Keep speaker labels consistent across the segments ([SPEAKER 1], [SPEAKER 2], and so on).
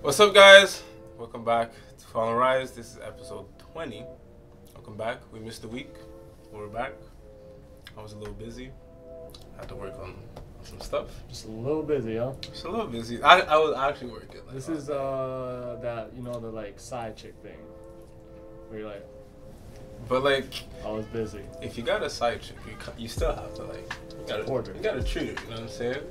[SPEAKER 1] What's up, guys? Welcome back to Fallen Rise. This is episode 20. Welcome back. We missed a week. We're back. I was a little busy. had to work on some stuff.
[SPEAKER 2] Just a little busy, huh?
[SPEAKER 1] Just a little busy. I, I was actually working. like,
[SPEAKER 2] This
[SPEAKER 1] all
[SPEAKER 2] is
[SPEAKER 1] day.
[SPEAKER 2] uh that you know the like side chick thing, where you're like
[SPEAKER 1] um, But, like,
[SPEAKER 2] I was busy.
[SPEAKER 1] if you got a side chick, you, ca- you still have to, like, you gotta,
[SPEAKER 2] Support her.
[SPEAKER 1] you gotta treat her. You know what I'm saying?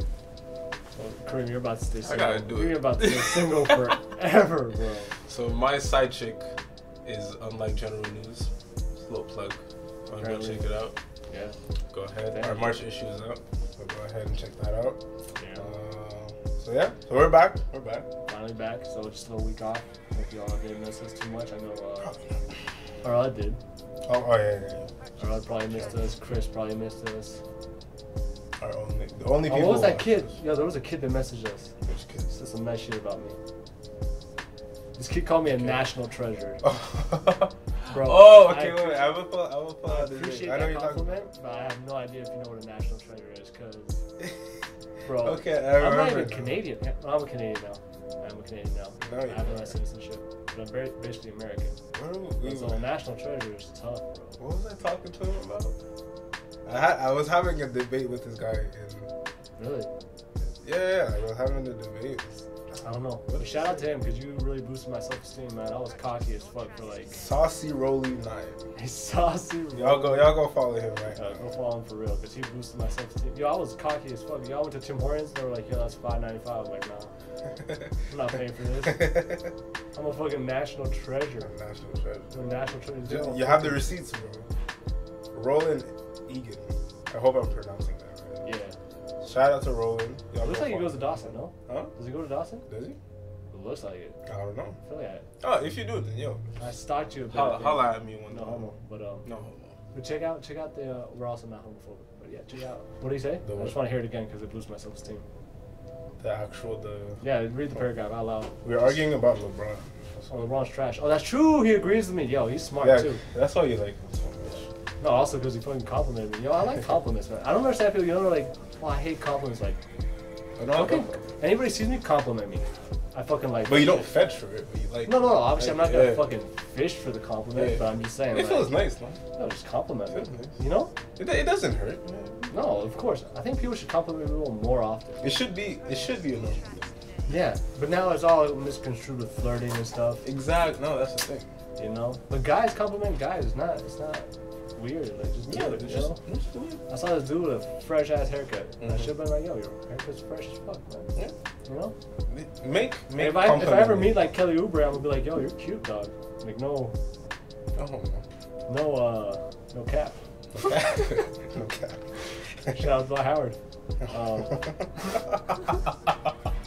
[SPEAKER 2] Well, Kareem, you're about to stay
[SPEAKER 1] I
[SPEAKER 2] single.
[SPEAKER 1] gotta do it.
[SPEAKER 2] You're about to stay single forever, bro.
[SPEAKER 1] So, my side chick is unlike general news. Just a little plug. I'm gonna
[SPEAKER 2] Apparently.
[SPEAKER 1] check it out.
[SPEAKER 2] Yeah,
[SPEAKER 1] Go ahead.
[SPEAKER 2] Thank
[SPEAKER 1] Our
[SPEAKER 2] you.
[SPEAKER 1] March issue is out. So, go ahead and check that out.
[SPEAKER 2] yeah.
[SPEAKER 1] Uh, so yeah, so we're back. We're back.
[SPEAKER 2] Finally back, so it's just a little week off. Hope y'all didn't miss us too much. I know, uh,
[SPEAKER 1] Probably not.
[SPEAKER 2] Arad did.
[SPEAKER 1] Oh, oh yeah, yeah,
[SPEAKER 2] Arad probably missed us. Chris probably missed us.
[SPEAKER 1] yeah. Our only, the only
[SPEAKER 2] Oh,
[SPEAKER 1] people.
[SPEAKER 2] what was
[SPEAKER 1] who
[SPEAKER 2] that
[SPEAKER 1] watch
[SPEAKER 2] kid?
[SPEAKER 1] this-
[SPEAKER 2] Yeah, there was a kid that messaged us.
[SPEAKER 1] Which kids?
[SPEAKER 2] Said some nice shit about me. This kid called me a
[SPEAKER 1] Okay.
[SPEAKER 2] national treasure.
[SPEAKER 1] Oh,
[SPEAKER 2] Bro,
[SPEAKER 1] oh,
[SPEAKER 2] I
[SPEAKER 1] okay, wait,
[SPEAKER 2] appreciate-
[SPEAKER 1] I will pull, I will pull
[SPEAKER 2] I
[SPEAKER 1] out this.
[SPEAKER 2] appreciate
[SPEAKER 1] I know
[SPEAKER 2] that
[SPEAKER 1] you're talking
[SPEAKER 2] compliment, but I have no idea if you know what a national treasure is, cause bro,
[SPEAKER 1] Okay, I
[SPEAKER 2] I'm not
[SPEAKER 1] remember
[SPEAKER 2] even
[SPEAKER 1] now.
[SPEAKER 2] Canadian. Well, I'm a Canadian now. I'm a Canadian now.
[SPEAKER 1] No,
[SPEAKER 2] I
[SPEAKER 1] you're
[SPEAKER 2] have my
[SPEAKER 1] not.
[SPEAKER 2] citizenship, but I'm very, basically American.
[SPEAKER 1] Where were we,
[SPEAKER 2] so national treasure is tough, bro.
[SPEAKER 1] What was I talking to him about? I had, I was having a debate with this guy, and
[SPEAKER 2] Really,
[SPEAKER 1] yeah, yeah, I was having a debate.
[SPEAKER 2] I don't know. But shout out to him, cause you really boosted my self-esteem, man. I was cocky as fuck for like
[SPEAKER 1] Saucy Rolly Nine.
[SPEAKER 2] saucy.
[SPEAKER 1] Y'all go, y'all go follow him right
[SPEAKER 2] Uh, go
[SPEAKER 1] now.
[SPEAKER 2] follow him for real, cause he boosted my self-esteem. Yo, I was cocky as fuck. Y'all went to Tim Hortons, they were like, "Yo, that's five ninety-five. I was like, "Nah, I'm not paying for
[SPEAKER 1] this.
[SPEAKER 2] I'm a fucking national treasure."
[SPEAKER 1] National treasure.
[SPEAKER 2] The national treasure.
[SPEAKER 1] Just- You have the receipts, bro. Roland Egan. I hope I'm pronouncing that right.
[SPEAKER 2] Yeah.
[SPEAKER 1] Shout out to Roland. Y'all
[SPEAKER 2] looks
[SPEAKER 1] go
[SPEAKER 2] like he
[SPEAKER 1] follow-
[SPEAKER 2] goes to Dawson, no?
[SPEAKER 1] Huh?
[SPEAKER 2] Does he go to Dawson?
[SPEAKER 1] Does he?
[SPEAKER 2] It looks like it.
[SPEAKER 1] I don't know.
[SPEAKER 2] I feel like
[SPEAKER 1] Oh, if you do, then yo.
[SPEAKER 2] I, I stalked you a bit. I
[SPEAKER 1] Holla,
[SPEAKER 2] think.
[SPEAKER 1] holla at me one
[SPEAKER 2] No homo. But um,
[SPEAKER 1] No homo.
[SPEAKER 2] but check out check out the. Uh, we're also not homophobic. But yeah, check out. What do you say?
[SPEAKER 1] The
[SPEAKER 2] I
[SPEAKER 1] what?
[SPEAKER 2] just want to hear it again because it boosts my self-esteem.
[SPEAKER 1] The actual, the.
[SPEAKER 2] Yeah, read the paragraph out loud.
[SPEAKER 1] We are arguing about LeBron.
[SPEAKER 2] Oh, LeBron's trash. Oh, that's true. He agrees with me. Yo, he's smart
[SPEAKER 1] yeah,
[SPEAKER 2] too.
[SPEAKER 1] that's why you like him so much.
[SPEAKER 2] No, also because he fucking complimented me. Yo, I like compliments, man. I don't understand people. You know, like, oh, I hate compliments. Like,
[SPEAKER 1] I don't
[SPEAKER 2] okay,
[SPEAKER 1] know.
[SPEAKER 2] anybody sees me compliment me. I fucking like.
[SPEAKER 1] But you
[SPEAKER 2] that
[SPEAKER 1] don't
[SPEAKER 2] shit.
[SPEAKER 1] fetch for it, but you like
[SPEAKER 2] No, no, no. Obviously, I'm not gonna
[SPEAKER 1] Yeah.
[SPEAKER 2] fucking fish for the compliment,
[SPEAKER 1] Yeah.
[SPEAKER 2] but I'm just saying.
[SPEAKER 1] It
[SPEAKER 2] Like,
[SPEAKER 1] feels nice, man.
[SPEAKER 2] no, just compliment.
[SPEAKER 1] Feels
[SPEAKER 2] me.
[SPEAKER 1] nice.
[SPEAKER 2] You know?
[SPEAKER 1] It, it doesn't hurt. man.
[SPEAKER 2] No, of course. I think people should compliment people more often.
[SPEAKER 1] It should be, it should be a normal thing.
[SPEAKER 2] Yeah, but now it's all misconstrued with flirting and stuff.
[SPEAKER 1] Exact. No, that's the thing.
[SPEAKER 2] You know? But guys compliment guys. It's not. It's not weird. Like just do it. You
[SPEAKER 1] it's just,
[SPEAKER 2] know?
[SPEAKER 1] it's just weird.
[SPEAKER 2] I saw this dude with a fresh ass haircut. and I
[SPEAKER 1] Mhm.
[SPEAKER 2] should have been like, yo, your haircut's fresh as fuck, man.
[SPEAKER 1] Yeah.
[SPEAKER 2] You know?
[SPEAKER 1] Make, make
[SPEAKER 2] if I if I ever
[SPEAKER 1] compliment.
[SPEAKER 2] meet like Kelly Oubre, I'm gonna be like, yo, you're cute, dog. Like no,
[SPEAKER 1] I don't know.
[SPEAKER 2] no, uh, no cap.
[SPEAKER 1] no cap.
[SPEAKER 2] Shout out to Howard.
[SPEAKER 1] Um.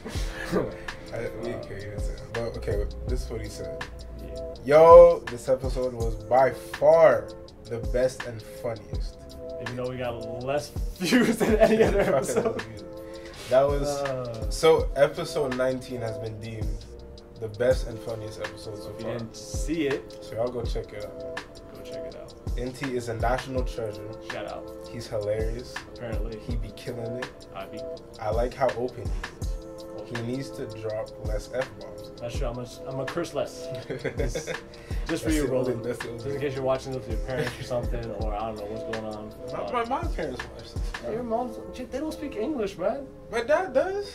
[SPEAKER 1] I, we didn't hear you, that's it. But okay, this is what he said.
[SPEAKER 2] Yeah.
[SPEAKER 1] Yo, this episode was by far the best and funniest.
[SPEAKER 2] Even though we got less views than any other
[SPEAKER 1] Fucking
[SPEAKER 2] episode.
[SPEAKER 1] amazing. That was
[SPEAKER 2] Uh,
[SPEAKER 1] so. Episode 19 has been deemed the best and funniest episode so
[SPEAKER 2] if you
[SPEAKER 1] far.
[SPEAKER 2] didn't see it,
[SPEAKER 1] So y'all go check it out.
[SPEAKER 2] go check it out.
[SPEAKER 1] Nt is a national treasure.
[SPEAKER 2] Shout out.
[SPEAKER 1] He's hilarious.
[SPEAKER 2] Apparently,
[SPEAKER 1] He be killing it.
[SPEAKER 2] I be
[SPEAKER 1] I like how open he is. He
[SPEAKER 2] culture.
[SPEAKER 1] needs to drop less F bombs.
[SPEAKER 2] That's true. I'm a, I'm a curse less.
[SPEAKER 1] That's
[SPEAKER 2] Just for
[SPEAKER 1] the
[SPEAKER 2] you,
[SPEAKER 1] only-
[SPEAKER 2] Roland.
[SPEAKER 1] that's the
[SPEAKER 2] Just
[SPEAKER 1] only-
[SPEAKER 2] in case you're watching this with your parents or something, or I don't know what's going on.
[SPEAKER 1] My,
[SPEAKER 2] Uh,
[SPEAKER 1] my, my parents watch this. bro.
[SPEAKER 2] your mom's, shit, they don't speak English, man.
[SPEAKER 1] My dad does.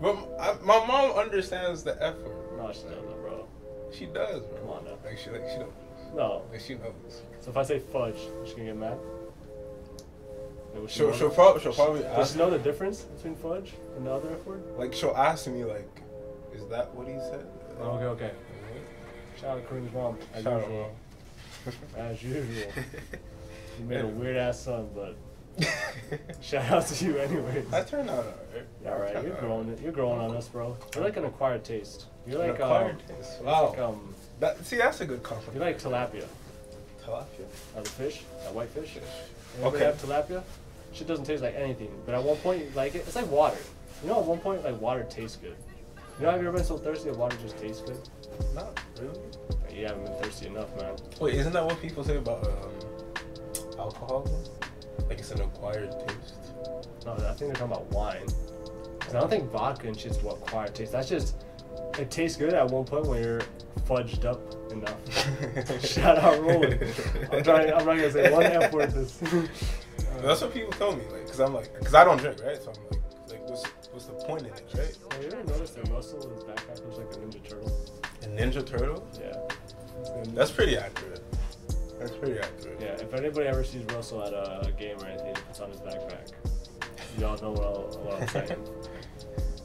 [SPEAKER 1] But m I my mom understands the F word.
[SPEAKER 2] No, she doesn't, bro.
[SPEAKER 1] She does, bro.
[SPEAKER 2] Come on, now.
[SPEAKER 1] Like she like she knows.
[SPEAKER 2] No.
[SPEAKER 1] Like she knows.
[SPEAKER 2] So if I say fudge, is she gonna get mad? Like, would she
[SPEAKER 1] She'll
[SPEAKER 2] know-
[SPEAKER 1] she'll, prob- she'll probably
[SPEAKER 2] Does
[SPEAKER 1] ask
[SPEAKER 2] she know the difference between fudge and the other F word?
[SPEAKER 1] like she'll ask me like, is that what he said?
[SPEAKER 2] Okay, okay. Shout out to Kareem's mom. As
[SPEAKER 1] Shout out,
[SPEAKER 2] usual.
[SPEAKER 1] mom.
[SPEAKER 2] As usual. You made a weird ass son, but shout out to you anyways.
[SPEAKER 1] I turned out alright.
[SPEAKER 2] Yeah, all right, you're growing. You're growing on us, bro. You're like an acquired taste. You're
[SPEAKER 1] An
[SPEAKER 2] like
[SPEAKER 1] acquired
[SPEAKER 2] um,
[SPEAKER 1] taste.
[SPEAKER 2] you're
[SPEAKER 1] Wow.
[SPEAKER 2] Like, um,
[SPEAKER 1] That, see, that's a good
[SPEAKER 2] you
[SPEAKER 1] compliment.
[SPEAKER 2] like tilapia,
[SPEAKER 1] Tilapia.
[SPEAKER 2] uh, the fish, that white fish. Anybody
[SPEAKER 1] Okay.
[SPEAKER 2] have tilapia? Shit doesn't taste like anything. But at one point, you like it. It's like water. You know, at one point, like water tastes good. You know, have you ever been so thirsty that water just tastes good?
[SPEAKER 1] Not really.
[SPEAKER 2] Like, you haven't been thirsty enough, man.
[SPEAKER 1] Wait, isn't that what people say about um, alcohol? Like it's an acquired taste.
[SPEAKER 2] No, I think they're talking about wine. 'Cause I don't think vodka and shit's what acquired taste. That's just It tastes good at one point when you're fudged up enough. Shout out Roland. I'm, trying, I'm not gonna say one F word this.
[SPEAKER 1] That's what people tell me, like, cause I'm like, cause I don't drink, right? So I'm like, like, what's what's the point in it, right?
[SPEAKER 2] Have you ever noticed that most of his backpack looks like a Ninja Turtle?
[SPEAKER 1] A Ninja Turtle?
[SPEAKER 2] Yeah.
[SPEAKER 1] That's pretty accurate. That's pretty accurate.
[SPEAKER 2] Yeah, if anybody ever sees Russell at a, a game or anything, it's on his backpack. Y'all know what, I'll, what I'm saying.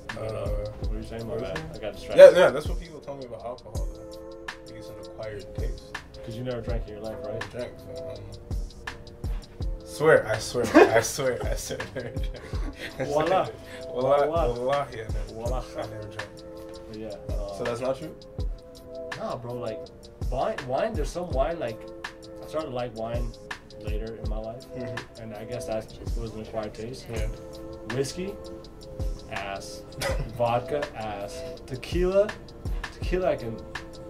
[SPEAKER 2] But, uh,
[SPEAKER 1] Uh,
[SPEAKER 2] what are you saying about
[SPEAKER 1] what was
[SPEAKER 2] that?
[SPEAKER 1] it?
[SPEAKER 2] I got distracted.
[SPEAKER 1] Yeah, yeah, that's what people tell me about alcohol. Though. It's an acquired taste.
[SPEAKER 2] Because you never drank in your life,
[SPEAKER 1] I
[SPEAKER 2] right?
[SPEAKER 1] don't drink, so um, swear, I swear, I swear, I swear, I never drink.
[SPEAKER 2] Voila.
[SPEAKER 1] Voila,
[SPEAKER 2] Voila.
[SPEAKER 1] voila, yeah, I never,
[SPEAKER 2] Voila.
[SPEAKER 1] I never drink.
[SPEAKER 2] But yeah. Uh,
[SPEAKER 1] So that's not true?
[SPEAKER 2] Nah, bro. Like wine, wine. There's some wine. Like I started to like wine later in my life,
[SPEAKER 1] Mhm.
[SPEAKER 2] and I guess that was an acquired taste.
[SPEAKER 1] Yeah.
[SPEAKER 2] Whiskey, ass. Vodka, ass. Tequila, tequila. I can.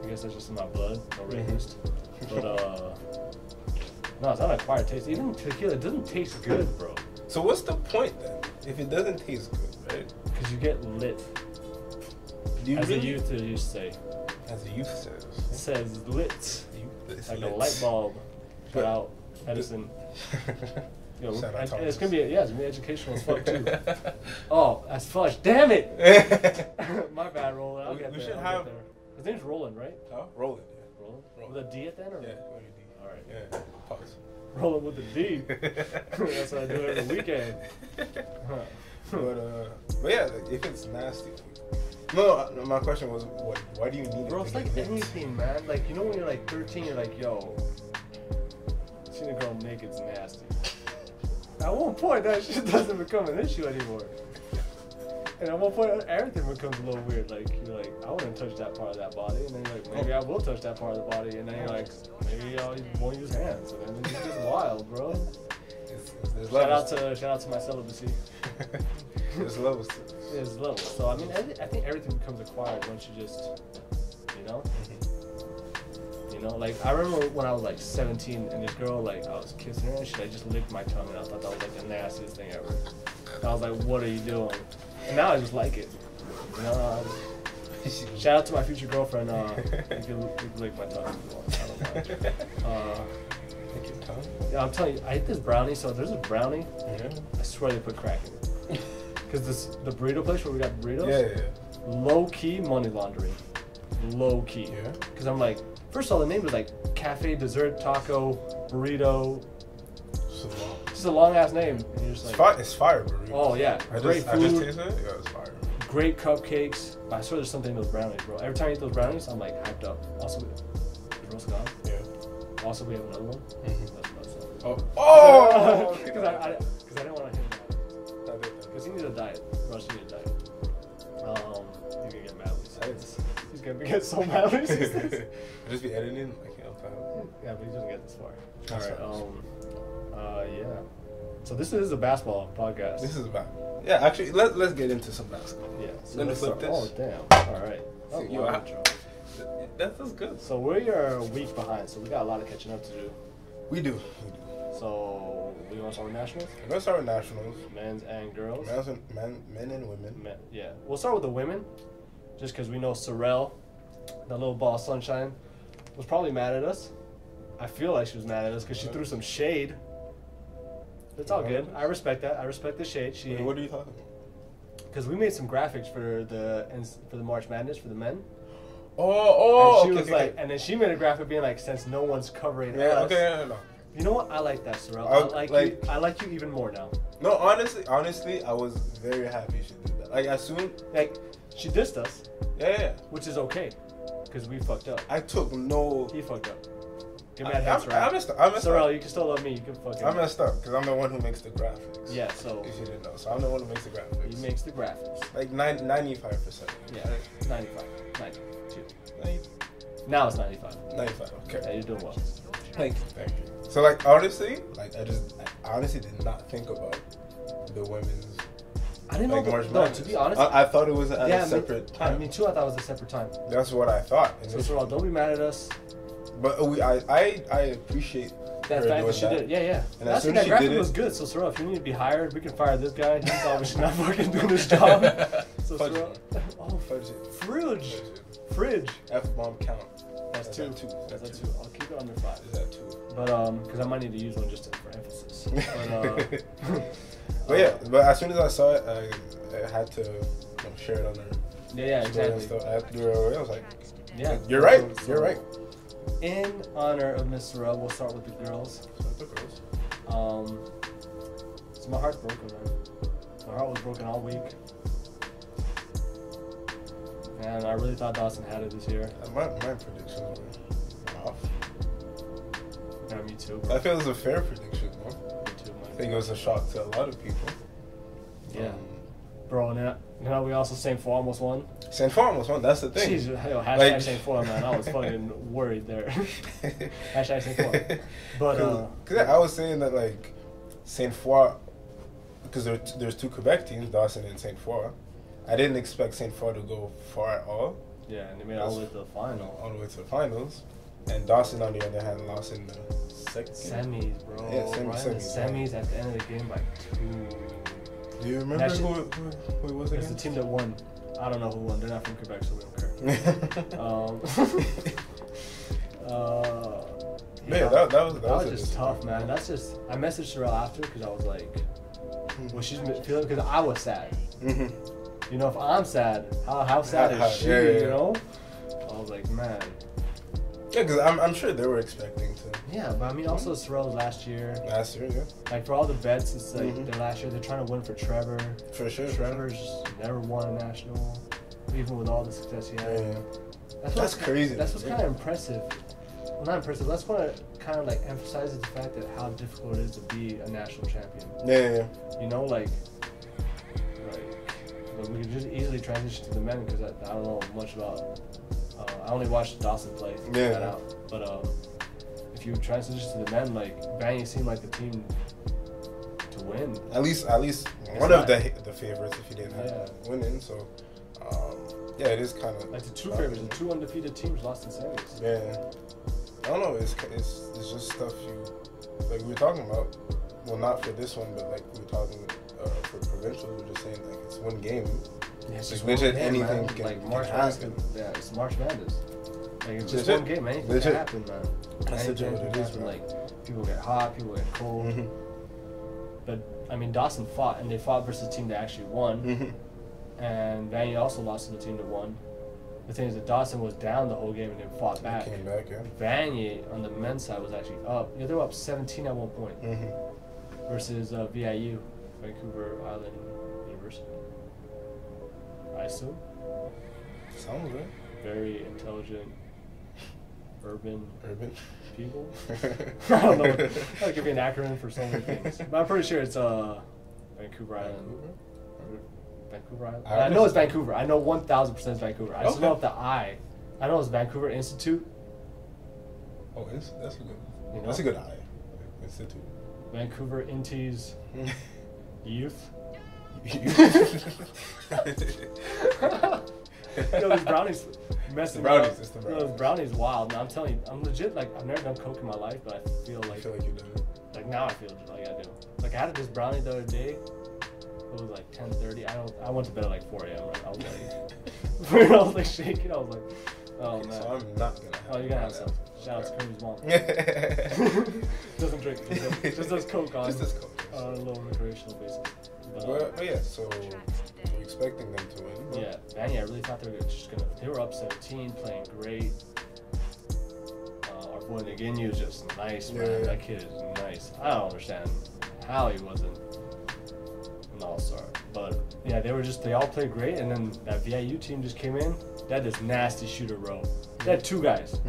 [SPEAKER 2] I guess that's just in my blood. No
[SPEAKER 1] Mm-hmm.
[SPEAKER 2] rapist. But uh, no, it's not an acquired taste. Even tequila it doesn't taste good, bro.
[SPEAKER 1] So what's the point then? If it doesn't taste good, right?
[SPEAKER 2] Cause you get lit.
[SPEAKER 1] Do you
[SPEAKER 2] As the
[SPEAKER 1] really-
[SPEAKER 2] youth used to say,
[SPEAKER 1] As a youth
[SPEAKER 2] it
[SPEAKER 1] says.
[SPEAKER 2] says lit
[SPEAKER 1] Youth is
[SPEAKER 2] like a
[SPEAKER 1] lit.
[SPEAKER 2] light bulb. Shout
[SPEAKER 1] But-
[SPEAKER 2] out Edison. Yo,
[SPEAKER 1] Shout out
[SPEAKER 2] and- and it's
[SPEAKER 1] Thomas.
[SPEAKER 2] gonna be yeah, it's gonna be educational as fuck too. oh, that's fudge. Damn it! My bad, Roland. I'll
[SPEAKER 1] We-
[SPEAKER 2] get
[SPEAKER 1] we
[SPEAKER 2] there.
[SPEAKER 1] should
[SPEAKER 2] I'll
[SPEAKER 1] have-
[SPEAKER 2] Get there. His name's Roland, right?
[SPEAKER 1] Oh, roll it.
[SPEAKER 2] Roland.
[SPEAKER 1] Roland.
[SPEAKER 2] With a D at the end, or
[SPEAKER 1] Yeah.
[SPEAKER 2] all right,
[SPEAKER 1] Yeah. Pause.
[SPEAKER 2] Roland with a D. That's what I do every weekend. Huh.
[SPEAKER 1] But uh, but yeah, like, if it's nasty. No, no, my question was, what? Why do you need
[SPEAKER 2] Bro,
[SPEAKER 1] it?
[SPEAKER 2] it's
[SPEAKER 1] to
[SPEAKER 2] like
[SPEAKER 1] get lit?
[SPEAKER 2] anything, man. Like you know when you're like 13, you're like, yo, seeing a girl naked's nasty. At one point, that shit doesn't become an issue anymore. And at one point, everything becomes a little weird. Like you're like, I wouldn't touch that part of that body, and then you're like, maybe I will touch that part of the body, and then you're like, maybe I won't use hands, and then it's just wild, bro.
[SPEAKER 1] It's- There's
[SPEAKER 2] Shout
[SPEAKER 1] levels.
[SPEAKER 2] out to shout out to my celibacy.
[SPEAKER 1] There's levels. To it.
[SPEAKER 2] It's level. So I mean, I, thi- I think everything becomes acquired once you just, you know. You know, like I remember when I was like 17 and this girl, like I was kissing her and shit, I just licked my tongue and I thought that was like the nastiest thing ever. And I was like, what are you doing? And now I just like it. You know, I was- shout out to my future girlfriend. Uh, you, can, you can lick my tongue if you want. I don't mind. Uh,
[SPEAKER 1] Lick your tongue.
[SPEAKER 2] yeah, I'm telling you, I ate this brownie. So there's a brownie.
[SPEAKER 1] Yeah.
[SPEAKER 2] I swear they put crack in it. Cause this the burrito place where we got burritos.
[SPEAKER 1] Yeah, yeah,
[SPEAKER 2] Low key money laundering. Low key.
[SPEAKER 1] yeah.
[SPEAKER 2] Because I'm like, first of all, the name was like cafe, dessert, taco, burrito.
[SPEAKER 1] So long.
[SPEAKER 2] Just a long ass name. And you're just
[SPEAKER 1] It's
[SPEAKER 2] like,
[SPEAKER 1] fire. It's fire, bro.
[SPEAKER 2] oh yeah,
[SPEAKER 1] I
[SPEAKER 2] great
[SPEAKER 1] just, I just
[SPEAKER 2] food,
[SPEAKER 1] tasted it. Yeah, it's fire.
[SPEAKER 2] great cupcakes. I swear there's something in those brownies, bro. Every time I eat those brownies, I'm like hyped up. Also, is Rose gone?
[SPEAKER 1] Yeah.
[SPEAKER 2] Also, we have another one.
[SPEAKER 1] Mhm.
[SPEAKER 2] That's that's it.
[SPEAKER 1] Oh. Oh.
[SPEAKER 2] Because I, I, 'cause I didn't want to hit him.
[SPEAKER 1] I did that.
[SPEAKER 2] Because he needs a diet. Russ needs a diet. Um, he's gonna get mad. when he sees this. He's gonna get so mad. when he sees this.
[SPEAKER 1] I just be editing like hell time.
[SPEAKER 2] Yeah, but he doesn't get this far.
[SPEAKER 1] That's
[SPEAKER 2] Alright,
[SPEAKER 1] fine.
[SPEAKER 2] Um, uh, yeah. So this is a basketball podcast.
[SPEAKER 1] This is about. Yeah, actually, let let's get into some basketball.
[SPEAKER 2] yeah. So
[SPEAKER 1] Let me
[SPEAKER 2] let's
[SPEAKER 1] flip
[SPEAKER 2] start-
[SPEAKER 1] this.
[SPEAKER 2] Oh damn! All right. That was
[SPEAKER 1] See, you
[SPEAKER 2] long
[SPEAKER 1] out.
[SPEAKER 2] intro.
[SPEAKER 1] That feels good.
[SPEAKER 2] So we are a week behind, so we got a lot of catching up to do.
[SPEAKER 1] We do. We do.
[SPEAKER 2] So we want to start with nationals,
[SPEAKER 1] We're gonna start with nationals.
[SPEAKER 2] men's and girls.
[SPEAKER 1] Men's and, men, men and women.
[SPEAKER 2] Men, yeah. We'll start with the women, just because we know Sorrel, that little ball of sunshine, was probably mad at us. I feel like she was mad at us because she threw some shade. It's all good. I respect that. I respect the shade. She
[SPEAKER 1] Wait, what are you talking about?
[SPEAKER 2] because we made some graphics for the ins- for the March Madness for the men.
[SPEAKER 1] Oh, oh.
[SPEAKER 2] and she
[SPEAKER 1] okay,
[SPEAKER 2] was
[SPEAKER 1] okay,
[SPEAKER 2] like,
[SPEAKER 1] okay.
[SPEAKER 2] and then she made a graphic being like, since no one's covering
[SPEAKER 1] yeah,
[SPEAKER 2] us.
[SPEAKER 1] okay, yeah, no.
[SPEAKER 2] You know what? I like that, Sorrel. I,
[SPEAKER 1] I-
[SPEAKER 2] like, you.
[SPEAKER 1] like-
[SPEAKER 2] I like you even more now.
[SPEAKER 1] No, honestly, honestly, I was very happy she did that. Like, as soon,
[SPEAKER 2] Like, she dissed us,
[SPEAKER 1] yeah, yeah, yeah.
[SPEAKER 2] which is okay, because we fucked up.
[SPEAKER 1] I took no.
[SPEAKER 2] He fucked up. Give
[SPEAKER 1] I,
[SPEAKER 2] me that
[SPEAKER 1] I,
[SPEAKER 2] hand,
[SPEAKER 1] I
[SPEAKER 2] Sorrel.
[SPEAKER 1] messed up. I messed
[SPEAKER 2] Sorrel,
[SPEAKER 1] up.
[SPEAKER 2] you can still love me. You can fucking.
[SPEAKER 1] I messed up because I'm the one who makes the graphics.
[SPEAKER 2] Yeah, so
[SPEAKER 1] If you didn't know, so I'm the one who makes the graphics.
[SPEAKER 2] he makes the graphics.
[SPEAKER 1] like nine, 95 percent.
[SPEAKER 2] Yeah, 95, 92.
[SPEAKER 1] Like,
[SPEAKER 2] Now it's 95.
[SPEAKER 1] 95. Okay.
[SPEAKER 2] Yeah, you're doing well.
[SPEAKER 1] Thank you. Thank you. So like honestly, like I just I honestly did not think about the women's
[SPEAKER 2] I didn't
[SPEAKER 1] like
[SPEAKER 2] know.
[SPEAKER 1] March
[SPEAKER 2] The, no,
[SPEAKER 1] Madness.
[SPEAKER 2] to be honest.
[SPEAKER 1] I, I thought it was at
[SPEAKER 2] yeah,
[SPEAKER 1] a separate
[SPEAKER 2] me,
[SPEAKER 1] time.
[SPEAKER 2] Yeah, me too. I thought it was a separate time.
[SPEAKER 1] That's what I thought. And
[SPEAKER 2] So
[SPEAKER 1] it's-
[SPEAKER 2] Sorrel, don't be mad at us.
[SPEAKER 1] but we I I, I appreciate
[SPEAKER 2] That
[SPEAKER 1] her
[SPEAKER 2] fact
[SPEAKER 1] doing
[SPEAKER 2] that she did it. Yeah, yeah.
[SPEAKER 1] And
[SPEAKER 2] And I
[SPEAKER 1] as
[SPEAKER 2] think
[SPEAKER 1] soon
[SPEAKER 2] that
[SPEAKER 1] as she
[SPEAKER 2] graphic
[SPEAKER 1] did it-
[SPEAKER 2] was good. So Sorrel, if you need to be hired, we can fire this guy. He's obviously not fucking doing his job. So
[SPEAKER 1] Fudge
[SPEAKER 2] throw. oh,
[SPEAKER 1] Fudge it.
[SPEAKER 2] fridge.
[SPEAKER 1] Fudge it.
[SPEAKER 2] Fridge.
[SPEAKER 1] F bomb count.
[SPEAKER 2] That's
[SPEAKER 1] Is
[SPEAKER 2] two.
[SPEAKER 1] that two?
[SPEAKER 2] That's,
[SPEAKER 1] That's
[SPEAKER 2] two. I'll keep it under five.
[SPEAKER 1] Is that two?
[SPEAKER 2] But um, because I might need to use one just to, for emphasis. But, uh,
[SPEAKER 1] But yeah, but as soon as I saw it, I, I had to you know, share it on her.
[SPEAKER 2] yeah, yeah, exactly.
[SPEAKER 1] I had to do it right away. I was like,
[SPEAKER 2] Yeah.
[SPEAKER 1] you're right. You're right.
[SPEAKER 2] In honor of Miss Sorrell, we'll start with the girls.
[SPEAKER 1] So I took girls.
[SPEAKER 2] Um, so my heart's broken, man. My heart was broken all week. And I really thought Dawson had it this year.
[SPEAKER 1] Uh, My, my predictions were off.
[SPEAKER 2] Yeah, me too.
[SPEAKER 1] I feel it was a fair prediction, though.
[SPEAKER 2] Me too,
[SPEAKER 1] I
[SPEAKER 2] man.
[SPEAKER 1] think it was a shock to a lot of people.
[SPEAKER 2] Yeah.
[SPEAKER 1] Um,
[SPEAKER 2] Bro, and now, now we also St. Paul almost won.
[SPEAKER 1] San Juan was one. That's the thing.
[SPEAKER 2] Jeez, yo, hashtag
[SPEAKER 1] Like-
[SPEAKER 2] St. Paul, man. I was fucking worried there. Hashtag Saint Foy. But, uh,
[SPEAKER 1] because I was saying that like Saint Foy, because there, there's two Quebec teams, Dawson and Saint Foy. I didn't expect Saint Foy to go far at all,
[SPEAKER 2] Yeah, and they made it all the way to the
[SPEAKER 1] you
[SPEAKER 2] final.
[SPEAKER 1] know, all the way to the finals. And Dawson, on the other hand, lost in the second.
[SPEAKER 2] Semis, bro.
[SPEAKER 1] Yeah, semis,
[SPEAKER 2] Right in the
[SPEAKER 1] semis,
[SPEAKER 2] semis at the end of the game by two.
[SPEAKER 1] Do you remember
[SPEAKER 2] That's-
[SPEAKER 1] who, who, who it was
[SPEAKER 2] It's the
[SPEAKER 1] against?
[SPEAKER 2] team that won. I don't know who won. They're not from Quebec, so we don't care. Um, uh,
[SPEAKER 1] Yeah, that- that was- that was
[SPEAKER 2] that, was,
[SPEAKER 1] a
[SPEAKER 2] just tough,
[SPEAKER 1] disappointment.
[SPEAKER 2] man. That's just. I messaged Sorrell after because I was like,
[SPEAKER 1] Mm-hmm.
[SPEAKER 2] well, she's mi- feeling because I was sad.
[SPEAKER 1] Mhm.
[SPEAKER 2] You know, if I'm sad, how how sad
[SPEAKER 1] How-
[SPEAKER 2] is she?
[SPEAKER 1] yeah, yeah, yeah.
[SPEAKER 2] You know. I was like, man.
[SPEAKER 1] Yeah, because I'm, I'm sure they were expecting to
[SPEAKER 2] Yeah, but I mean, also Sorrell's last year.
[SPEAKER 1] last year, yeah,
[SPEAKER 2] Like for all the vets, it's like
[SPEAKER 1] Mhm.
[SPEAKER 2] their last year. They're trying to win for Trevor.
[SPEAKER 1] for sure. for sure.
[SPEAKER 2] Trevor's never won a national, even with all the success he
[SPEAKER 1] Yeah,
[SPEAKER 2] had.
[SPEAKER 1] yeah.
[SPEAKER 2] That's,
[SPEAKER 1] That's
[SPEAKER 2] what's
[SPEAKER 1] crazy,
[SPEAKER 2] That's what's
[SPEAKER 1] man.
[SPEAKER 2] kind of impressive. Well, not impressive. That's what kind of like emphasizes the fact that how difficult it is to be a national champion.
[SPEAKER 1] yeah, yeah, yeah.
[SPEAKER 2] You know, like, like, but we could just easily transition to the men because I, I don't know much about. Uh, I only watched Dawson play. to
[SPEAKER 1] Yeah.
[SPEAKER 2] That out. But um, if you transition to the men, like, Bang seemed like the team to win.
[SPEAKER 1] At least, at least
[SPEAKER 2] It's
[SPEAKER 1] one of
[SPEAKER 2] not-
[SPEAKER 1] the the favorites, if you didn't have
[SPEAKER 2] Yeah.
[SPEAKER 1] winning. So, um, yeah, it is kind of
[SPEAKER 2] Like the two favorites, the two undefeated teams lost in semis.
[SPEAKER 1] Yeah, I don't know. It's it's it's just stuff you like we were talking about. Well, not for this one, but like we were talking uh, for provincials. We are just saying like it's one game.
[SPEAKER 2] Yeah,
[SPEAKER 1] Like,
[SPEAKER 2] it's just
[SPEAKER 1] legit
[SPEAKER 2] one game,
[SPEAKER 1] anything
[SPEAKER 2] man.
[SPEAKER 1] can-
[SPEAKER 2] like
[SPEAKER 1] can
[SPEAKER 2] March Madness.
[SPEAKER 1] happen.
[SPEAKER 2] could- Yeah, it's March Madness. Like it's just
[SPEAKER 1] Legit.
[SPEAKER 2] one game, anything
[SPEAKER 1] Legit.
[SPEAKER 2] can happen, man.
[SPEAKER 1] That's legit
[SPEAKER 2] Anything
[SPEAKER 1] what
[SPEAKER 2] can
[SPEAKER 1] it is,
[SPEAKER 2] happen,
[SPEAKER 1] man.
[SPEAKER 2] Like people get hot, people get cold.
[SPEAKER 1] Mm-hmm.
[SPEAKER 2] But I mean, Dawson fought, and they fought versus a team that actually won,
[SPEAKER 1] Mhm.
[SPEAKER 2] Mm-hmm. and Vanny also lost to the team that won. The thing is that Dawson was down the whole game and then fought back.
[SPEAKER 1] Came back, yeah.
[SPEAKER 2] Vanier on the men's side was actually up. You know, they were up 17 at one point
[SPEAKER 1] hmm
[SPEAKER 2] Mm-hmm. versus uh, VIU, Vancouver Island University. I assume.
[SPEAKER 1] Sounds good.
[SPEAKER 2] very intelligent urban
[SPEAKER 1] Urban.
[SPEAKER 2] people. I don't know. What, that could be an acronym for so many things. But I'm pretty sure it's uh, Vancouver Island.
[SPEAKER 1] Vancouver?
[SPEAKER 2] Vancouver Island.
[SPEAKER 1] I
[SPEAKER 2] I, know
[SPEAKER 1] understand.
[SPEAKER 2] it's Vancouver. I know 1,000% it's Vancouver. I just
[SPEAKER 1] Okay.
[SPEAKER 2] know if the I. I know it's Vancouver Institute.
[SPEAKER 1] Oh, it's, that's a good.
[SPEAKER 2] You know?
[SPEAKER 1] That's a good eye. Institute.
[SPEAKER 2] Vancouver Inties Youth. Yo, these brownies messing
[SPEAKER 1] The brownies,
[SPEAKER 2] me up.
[SPEAKER 1] it's the
[SPEAKER 2] Yo,
[SPEAKER 1] brownies.
[SPEAKER 2] those brownies wild. Now I'm telling you, I'm legit like I've never done coke in my life, but I feel
[SPEAKER 1] I
[SPEAKER 2] like
[SPEAKER 1] feel like you're done.
[SPEAKER 2] Like now I feel like I do. Like I had this brownie the other day. It was like 10:30. I don't. I went to bed at like 4 a.m. Right? I was like, I was like shaking. I was like, oh
[SPEAKER 1] Okay,
[SPEAKER 2] man.
[SPEAKER 1] So I'm not gonna. Have
[SPEAKER 2] oh, you're gonna have some. Shout out to Kirby's mom. Doesn't drink. Just, just does coke on.
[SPEAKER 1] Just does coke.
[SPEAKER 2] On a little recreational basis. But, uh,
[SPEAKER 1] But, but yeah, so we're expecting them to win. but-
[SPEAKER 2] yeah, man, yeah, I really thought they were just gonna. They were up 17, playing great. Uh, our boy Nagini is just nice, man.
[SPEAKER 1] Yeah.
[SPEAKER 2] That kid is nice. I don't understand how he wasn't an all star. But yeah, they were just. They all played great, and then that VIU team just came in. They had this nasty shooter row. They had two guys.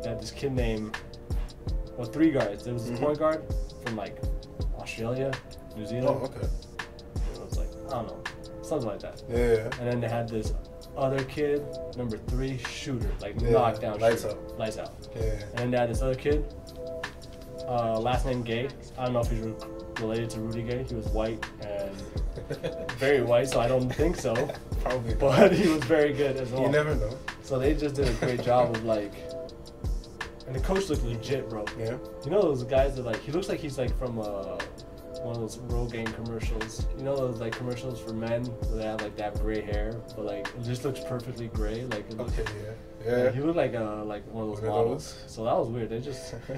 [SPEAKER 2] They had this kid named, well, three guards. There was this
[SPEAKER 1] Mhm.
[SPEAKER 2] point guard from like Australia, New Zealand.
[SPEAKER 1] Oh, okay.
[SPEAKER 2] It was like I don't know, something like that.
[SPEAKER 1] Yeah, yeah.
[SPEAKER 2] And then they had this other kid, number three shooter, like
[SPEAKER 1] Yeah,
[SPEAKER 2] knockdown
[SPEAKER 1] lights
[SPEAKER 2] shooter.
[SPEAKER 1] out.
[SPEAKER 2] Lights out.
[SPEAKER 1] yeah. yeah.
[SPEAKER 2] And then they had this other kid, uh, last name Gay. I don't know if he's re- related to Rudy Gay. He was white and very white, so I don't think so.
[SPEAKER 1] Probably. not.
[SPEAKER 2] But he was very good as well.
[SPEAKER 1] You never know.
[SPEAKER 2] so they just did a great job of like. And the coach looked legit, bro.
[SPEAKER 1] Yeah.
[SPEAKER 2] You know those guys that like he looks like he's like from uh one of those Rogaine commercials. You know those like commercials for men where they have like that gray hair, but like it just looks perfectly gray. Like it looks,
[SPEAKER 1] Okay,
[SPEAKER 2] like,
[SPEAKER 1] yeah.
[SPEAKER 2] he looked like uh like one of those
[SPEAKER 1] One of
[SPEAKER 2] models.
[SPEAKER 1] those.
[SPEAKER 2] So that was weird. They just
[SPEAKER 1] Yeah.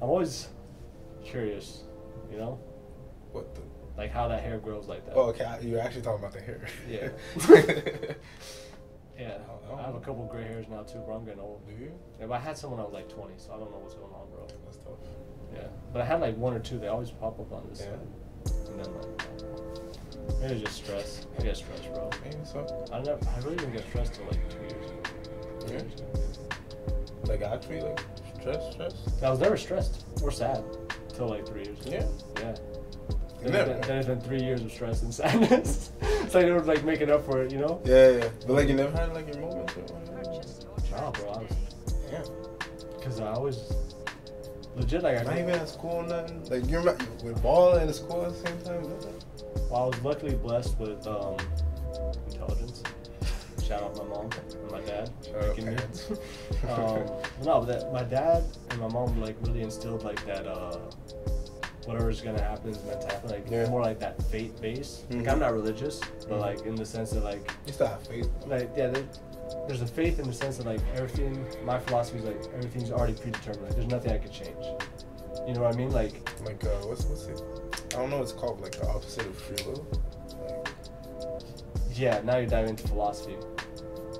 [SPEAKER 2] I'm always curious, you know,
[SPEAKER 1] what the?
[SPEAKER 2] like how that hair grows like that.
[SPEAKER 1] Oh, okay. I- You were actually talking about the hair.
[SPEAKER 2] Yeah. yeah.
[SPEAKER 1] I don't know.
[SPEAKER 2] I have a couple gray hairs now too, bro. I'm getting old.
[SPEAKER 1] Do you?
[SPEAKER 2] If I had someone, I was like 20, so I don't know what's going on, bro.
[SPEAKER 1] That's tough.
[SPEAKER 2] Yeah, but I had like one or two. They always pop up on this
[SPEAKER 1] Yeah.
[SPEAKER 2] side, and then like maybe it's just stress. I get stressed, bro.
[SPEAKER 1] Maybe so.
[SPEAKER 2] I never, I really didn't get stressed till like two years ago. Three
[SPEAKER 1] Yeah.
[SPEAKER 2] years ago.
[SPEAKER 1] Like actually, like stress, stress.
[SPEAKER 2] I was never stressed or sad till like three years ago.
[SPEAKER 1] Yeah.
[SPEAKER 2] Yeah.
[SPEAKER 1] You
[SPEAKER 2] Then,
[SPEAKER 1] never.
[SPEAKER 2] then, it's been three years of stress and sadness. so I never like making up for it, you know?
[SPEAKER 1] Yeah, yeah. But like you never had like your moments. Or whatever?
[SPEAKER 2] Nah, bro. I was,
[SPEAKER 1] Yeah.
[SPEAKER 2] Cause I always legit like I,
[SPEAKER 1] Not
[SPEAKER 2] grew-
[SPEAKER 1] even at school, nothing. Like you're not- with ball and at school at the same time. nothing?
[SPEAKER 2] Well, I was luckily blessed with um, intelligence. Shout out my mom and my dad.
[SPEAKER 1] Shout out
[SPEAKER 2] making me.
[SPEAKER 1] parents.
[SPEAKER 2] um, no, but that, my dad and my mom like really instilled like that uh, whatever's gonna happen is meant to happen. Like
[SPEAKER 1] Yeah.
[SPEAKER 2] more like that faith base. Like
[SPEAKER 1] Mhm.
[SPEAKER 2] I'm not religious, but
[SPEAKER 1] Mhm.
[SPEAKER 2] like in the sense that like
[SPEAKER 1] You still have faith.
[SPEAKER 2] like yeah, there, there's a faith in the sense that like everything. My philosophy is like everything's already predetermined. Like, there's nothing I could change. You know what I mean? Like
[SPEAKER 1] Like uh, what's what's it? I don't know. what It's called like the opposite of free will. Like,
[SPEAKER 2] Yeah, now you're diving into philosophy.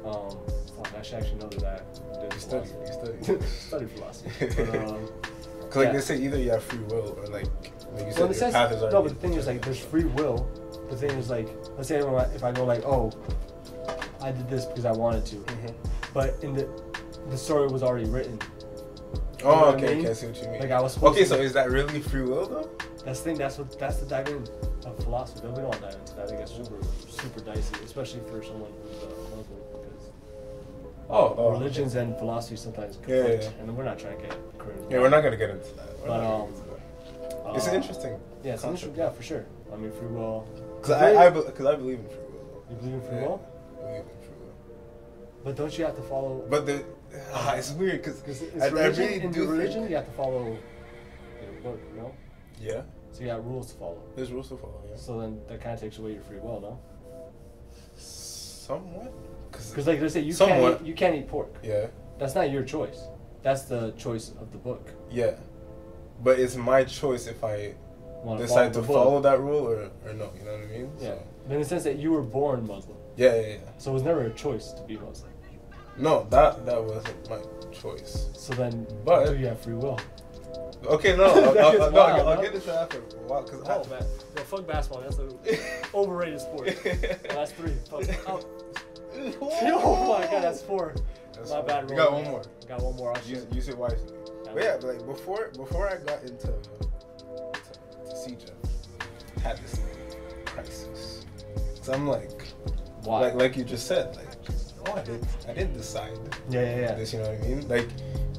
[SPEAKER 2] Um, fuck, I should actually know that I did
[SPEAKER 1] You study,
[SPEAKER 2] philosophy.
[SPEAKER 1] you study.
[SPEAKER 2] Studied philosophy. But, um,
[SPEAKER 1] 'cause, like
[SPEAKER 2] Yeah.
[SPEAKER 1] they say, either you have free will or like like you said,
[SPEAKER 2] well, in
[SPEAKER 1] your
[SPEAKER 2] the sense,
[SPEAKER 1] path is
[SPEAKER 2] no,
[SPEAKER 1] already.
[SPEAKER 2] but the thing is, like, there's
[SPEAKER 1] determined.
[SPEAKER 2] free will. The thing is, like, let's say if I- if I go, like, oh, I did this because I wanted to,
[SPEAKER 1] Mhm.
[SPEAKER 2] but in the the story was already written. know
[SPEAKER 1] Oh,
[SPEAKER 2] what I
[SPEAKER 1] okay,
[SPEAKER 2] mean?
[SPEAKER 1] okay, I see what you mean.
[SPEAKER 2] Like, I was supposed
[SPEAKER 1] okay,
[SPEAKER 2] to-
[SPEAKER 1] so is that really free will though?
[SPEAKER 2] That's the thing. That's what. That's the dive in of philosophy. But we don't want to dive into that. I think it's super, super dicey, especially for someone who's a Muslim, because
[SPEAKER 1] Oh, oh,
[SPEAKER 2] religions and philosophy sometimes
[SPEAKER 1] Yeah, yeah,
[SPEAKER 2] conflict,
[SPEAKER 1] yeah.
[SPEAKER 2] and we're not trying to get. current-
[SPEAKER 1] Yeah, we're not gonna get into that. We're
[SPEAKER 2] But,
[SPEAKER 1] not gonna
[SPEAKER 2] um,
[SPEAKER 1] get into that.
[SPEAKER 2] Uh,
[SPEAKER 1] it's an interesting.
[SPEAKER 2] Yeah, it's an interesting. Yeah, for sure. I mean, free will.
[SPEAKER 1] Because I, I, because I believe in free will.
[SPEAKER 2] You believe in free
[SPEAKER 1] Yeah,
[SPEAKER 2] will?
[SPEAKER 1] I believe in free will.
[SPEAKER 2] But don't you have to follow?
[SPEAKER 1] But the, ah, it's weird because
[SPEAKER 2] because it's
[SPEAKER 1] I, I
[SPEAKER 2] religion.
[SPEAKER 1] really
[SPEAKER 2] in
[SPEAKER 1] do think-
[SPEAKER 2] religion, you have to follow your book, you know.
[SPEAKER 1] Yeah,
[SPEAKER 2] So you got rules to follow.
[SPEAKER 1] there's rules to follow. Yeah.
[SPEAKER 2] So then that kind of takes away your free will, no?
[SPEAKER 1] Somewhat.
[SPEAKER 2] Because like they say, you
[SPEAKER 1] Somewhat.
[SPEAKER 2] can't eat, you can't eat pork.
[SPEAKER 1] Yeah,
[SPEAKER 2] That's not your choice. That's the choice of the book.
[SPEAKER 1] yeah. But it's my choice if I
[SPEAKER 2] Wanna
[SPEAKER 1] decide to
[SPEAKER 2] the book.
[SPEAKER 1] follow that rule or, or no. You know what I mean?
[SPEAKER 2] Yeah.
[SPEAKER 1] So,
[SPEAKER 2] But in the sense that you were born Muslim,
[SPEAKER 1] yeah, yeah, yeah.
[SPEAKER 2] so it was never a choice to be Muslim.
[SPEAKER 1] No, that that wasn't my choice.
[SPEAKER 2] So then,
[SPEAKER 1] But-
[SPEAKER 2] do you have free will?
[SPEAKER 1] Okay, no, I'll,
[SPEAKER 2] That is
[SPEAKER 1] I'll, no,
[SPEAKER 2] wild,
[SPEAKER 1] I'll,
[SPEAKER 2] huh?
[SPEAKER 1] I'll get into that after. Wow, cause I,
[SPEAKER 2] Oh, Yo, fuck basketball. That's an overrated sport. That's three. Fuck. Oh. Oh my god, that's four.
[SPEAKER 1] That's
[SPEAKER 2] my
[SPEAKER 1] four.
[SPEAKER 2] bad.
[SPEAKER 1] You
[SPEAKER 2] Roland.
[SPEAKER 1] got one more.
[SPEAKER 2] Got one more. I'll
[SPEAKER 1] You,
[SPEAKER 2] shit.
[SPEAKER 1] you said why?
[SPEAKER 2] Yeah.
[SPEAKER 1] But yeah, but like before before I got into to, to CJ, I had this crisis. So I'm like,
[SPEAKER 2] Why?
[SPEAKER 1] like like you just said, like, oh, I didn't I didn't decide
[SPEAKER 2] yeah, yeah, yeah.
[SPEAKER 1] this. You know what I mean? Like,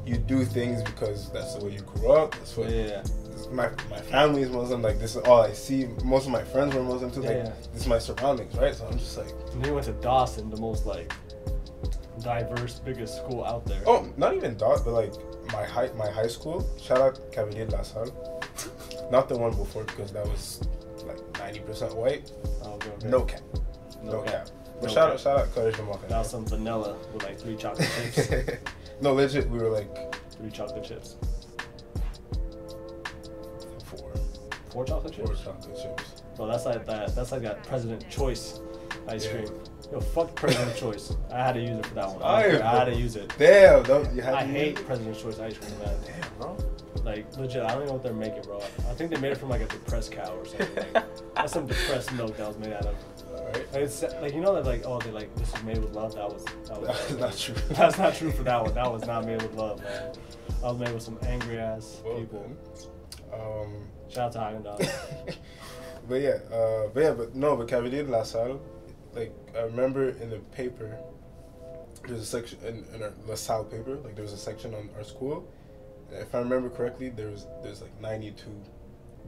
[SPEAKER 1] you do things because that's the way you grew up. That's
[SPEAKER 2] yeah,
[SPEAKER 1] what
[SPEAKER 2] yeah, yeah.
[SPEAKER 1] my my family is Muslim. Like this is all I see. Most of my friends were Muslim too. Like
[SPEAKER 2] Yeah, yeah.
[SPEAKER 1] this is my surroundings, right? So I'm just like,
[SPEAKER 2] And then you went to Dawson, the most like diverse, biggest school out there.
[SPEAKER 1] oh, not even dot, but like my high my high school. Shout out Cavalier La Salle. Not the one before because that was like 90% white.
[SPEAKER 2] Oh, okay, okay.
[SPEAKER 1] No cap. No, cap. But shout out shout out Courage Jamal.
[SPEAKER 2] Now some vanilla with like three chocolate chips.
[SPEAKER 1] no, legit, we were like
[SPEAKER 2] three chocolate chips.
[SPEAKER 1] four,
[SPEAKER 2] Four chocolate
[SPEAKER 1] four
[SPEAKER 2] chips.
[SPEAKER 1] chocolate chips.
[SPEAKER 2] Bro, that's like that. That's like that President Choice ice
[SPEAKER 1] Yeah.
[SPEAKER 2] cream. Yo, fuck President Choice. I had to use it for that one. I,
[SPEAKER 1] Fire,
[SPEAKER 2] I had
[SPEAKER 1] bro.
[SPEAKER 2] to use it.
[SPEAKER 1] Damn, don't, you had
[SPEAKER 2] I
[SPEAKER 1] to-
[SPEAKER 2] hate President Choice ice cream, man.
[SPEAKER 1] Damn, bro.
[SPEAKER 2] Like legit, I don't even know what they're making, bro. I think they made it from like a depressed cow or something. Like, that's some depressed milk that was made out
[SPEAKER 1] All
[SPEAKER 2] of.
[SPEAKER 1] right.
[SPEAKER 2] Like, it's like you know that like oh they like this is made with love. That was that was
[SPEAKER 1] That's not true.
[SPEAKER 2] That's not true for that one. That was not made with love, man. That was made with some angry ass
[SPEAKER 1] Well
[SPEAKER 2] people.
[SPEAKER 1] done. Um,
[SPEAKER 2] Shout out to Haagen Dazs.
[SPEAKER 1] but yeah, uh, but yeah, but no, but Cavalier de La Salle, like I remember in the paper, there's a section in, in our La Salle paper, like there was a section on our school. and If I remember correctly, there was there's like 92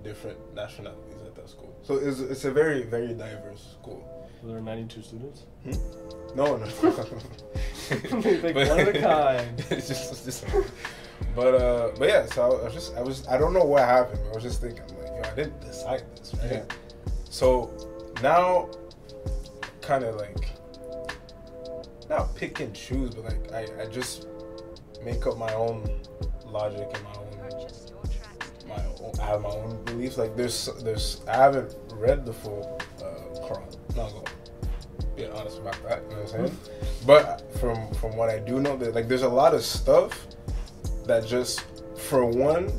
[SPEAKER 1] different nationalities at that school. So it's it's a very very diverse school.
[SPEAKER 2] Were there 92 students?
[SPEAKER 1] Hmm? No, no.
[SPEAKER 2] Like, one of a kind.
[SPEAKER 1] it's just, it's just- but uh, but yeah. So I was just, I was, I don't know what happened. But I was just thinking, like, yo, yo, I didn't decide this, right?
[SPEAKER 2] Yeah.
[SPEAKER 1] So now, kind of like, not pick and choose, but like, I, I just make up my own logic and my own
[SPEAKER 3] Purchase your tracks
[SPEAKER 1] my
[SPEAKER 3] today.
[SPEAKER 1] own, I have my own beliefs. Like there's there's I haven't read the full uh, Quran. Not gonna be honest about that. You know what I'm saying? but from from what I do know, that like there's a lot of stuff that just for one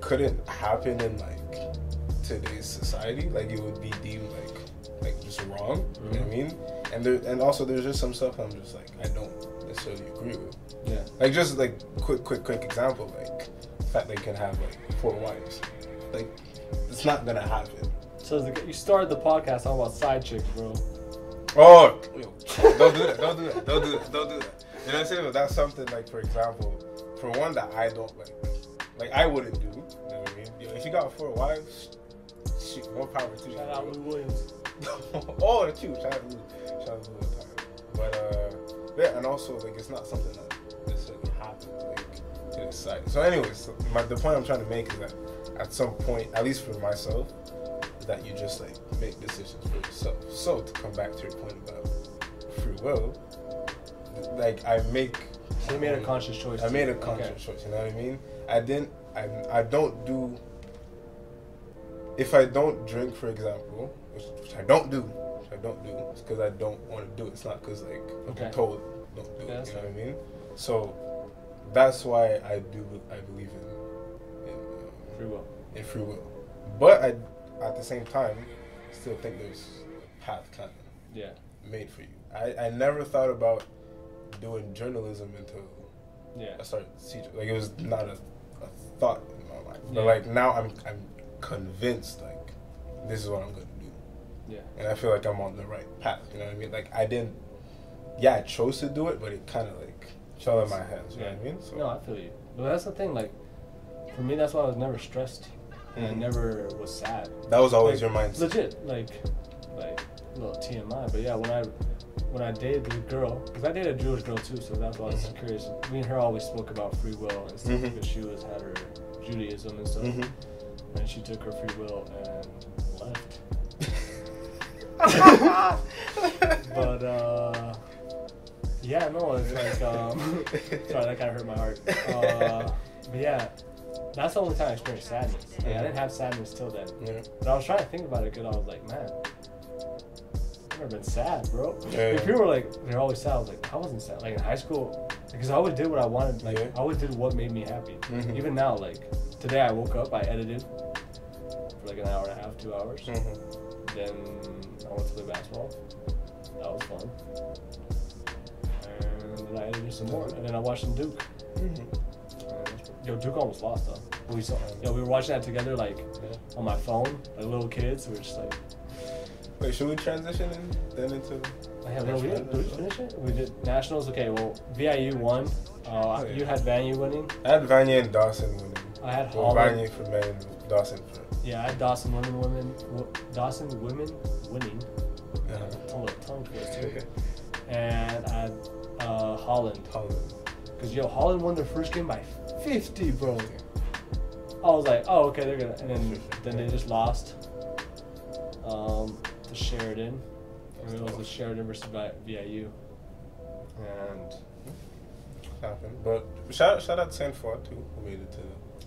[SPEAKER 1] couldn't happen in like today's society. Like it would be deemed like like just wrong. You know what I
[SPEAKER 2] Mhm.
[SPEAKER 1] mean? And there and also there's just some stuff I'm just like I don't necessarily agree with.
[SPEAKER 2] Yeah.
[SPEAKER 1] Like just like quick, quick, quick example. Like the fact they can have like four wives. Like it's not gonna happen.
[SPEAKER 2] So the, you started the podcast talking about side chicks, bro.
[SPEAKER 1] Oh, don't do that. Don't do that. Don't do that. Don't do that. You know what I'm saying? But that's something like for example, for one that I don't like. Like I wouldn't do. You know what I mean? You know, if you got four wives, shoot, more power to you.
[SPEAKER 2] Shout out Lou Williams.
[SPEAKER 1] oh, that's you. Shout out to Lou. Shout out to Lou. But uh, yeah, and also like it's not something that necessarily happens like to decide. So, anyways, so my, the point I'm trying to make is that at some point, at least for myself, is that you just like make decisions for yourself. So to come back to your point about free will, like I make.
[SPEAKER 2] So you made a conscious choice.
[SPEAKER 1] I
[SPEAKER 2] to-
[SPEAKER 1] made a
[SPEAKER 2] okay.
[SPEAKER 1] conscious choice. You know what I mean? I didn't. I I don't do. If I don't drink, for example, which, which I don't do, which I don't do, it's because I don't want to do it. It's not because like
[SPEAKER 2] Okay.
[SPEAKER 1] I'm told don't do
[SPEAKER 2] Yeah,
[SPEAKER 1] it.
[SPEAKER 2] that's
[SPEAKER 1] You know what I
[SPEAKER 2] fair.
[SPEAKER 1] mean? So that's why I do. I believe in in, um,
[SPEAKER 2] Free will.
[SPEAKER 1] in free will, but I at the same time still think there's a path kind of
[SPEAKER 2] Yeah.
[SPEAKER 1] made for you. I, I never thought about doing journalism until
[SPEAKER 2] Yeah.
[SPEAKER 1] I started teaching. Like it was not a, a thought in my mind. But
[SPEAKER 2] Yeah.
[SPEAKER 1] like now I'm I'm convinced like this is what I'm gonna do.
[SPEAKER 2] Yeah.
[SPEAKER 1] And I feel like I'm on the right path. You know what I mean? Like I didn't yeah, I chose to do it, but it kinda like fell in my hands, you know what I mean? So
[SPEAKER 2] No, I feel you. But that's the thing. Like, for me, that's why I was never stressed. And I
[SPEAKER 1] Mhm.
[SPEAKER 2] never was sad.
[SPEAKER 1] that was always
[SPEAKER 2] Like,
[SPEAKER 1] your mindset.
[SPEAKER 2] Legit, like, like a little TMI. But yeah, when I when I dated the girl, because I dated a Jewish girl too, so that's why I was
[SPEAKER 1] Mhm.
[SPEAKER 2] curious. Me and her always spoke about free will and stuff
[SPEAKER 1] Mhm.
[SPEAKER 2] because she was had her Judaism and stuff,
[SPEAKER 1] Mhm.
[SPEAKER 2] and she took her free will and left.
[SPEAKER 1] Mm-hmm.
[SPEAKER 2] But uh, yeah, no, it's like um, sorry, that kind of hurt my heart. Uh, but yeah, that's the only time I experienced sadness. Like, I didn't have sadness till then.
[SPEAKER 1] yeah.
[SPEAKER 2] But I was trying to think about it because I was like, man, I've never been sad, bro.
[SPEAKER 1] Yeah.
[SPEAKER 2] If people were like, they're always sad, I was like, I wasn't sad. Like in high school, because I always did what I wanted. Like
[SPEAKER 1] Yeah.
[SPEAKER 2] I always did what made me happy.
[SPEAKER 1] Mhm.
[SPEAKER 2] Even now, like today, I woke up, I edited for like an hour and a half, two hours.
[SPEAKER 1] Mhm.
[SPEAKER 2] Then I went to play basketball. That was fun. And then I edited some more, and then I watched some Duke.
[SPEAKER 1] Mhm.
[SPEAKER 2] Yo, Duke almost lost though. We saw. Yo, we were watching that together, like
[SPEAKER 1] Yeah.
[SPEAKER 2] on my phone, like little kids. We were just like,
[SPEAKER 1] Wait, should we transition in, then into
[SPEAKER 2] I have no we did, did we finish it? We did nationals. Okay, well, VIU won. Uh,
[SPEAKER 1] Oh, Yeah.
[SPEAKER 2] You had VanU winning.
[SPEAKER 1] I had Vanya and Dawson winning.
[SPEAKER 2] I had
[SPEAKER 1] Well, Vanya
[SPEAKER 2] Holland.
[SPEAKER 1] for men and Dawson for
[SPEAKER 2] Yeah, I had Dawson women women w- Dawson women winning.
[SPEAKER 1] uh,
[SPEAKER 2] Tongue, tongue twister. and I had uh, Holland.
[SPEAKER 1] Holland.
[SPEAKER 2] Cause yo, Holland won their first game by 50, bro. I was like, oh, okay, they're gonna. And then, then they just lost um, to Sheridan. And it was the Sheridan versus Vi- VIU. And
[SPEAKER 1] happened. But shout shout out to Saint Four too, who made it to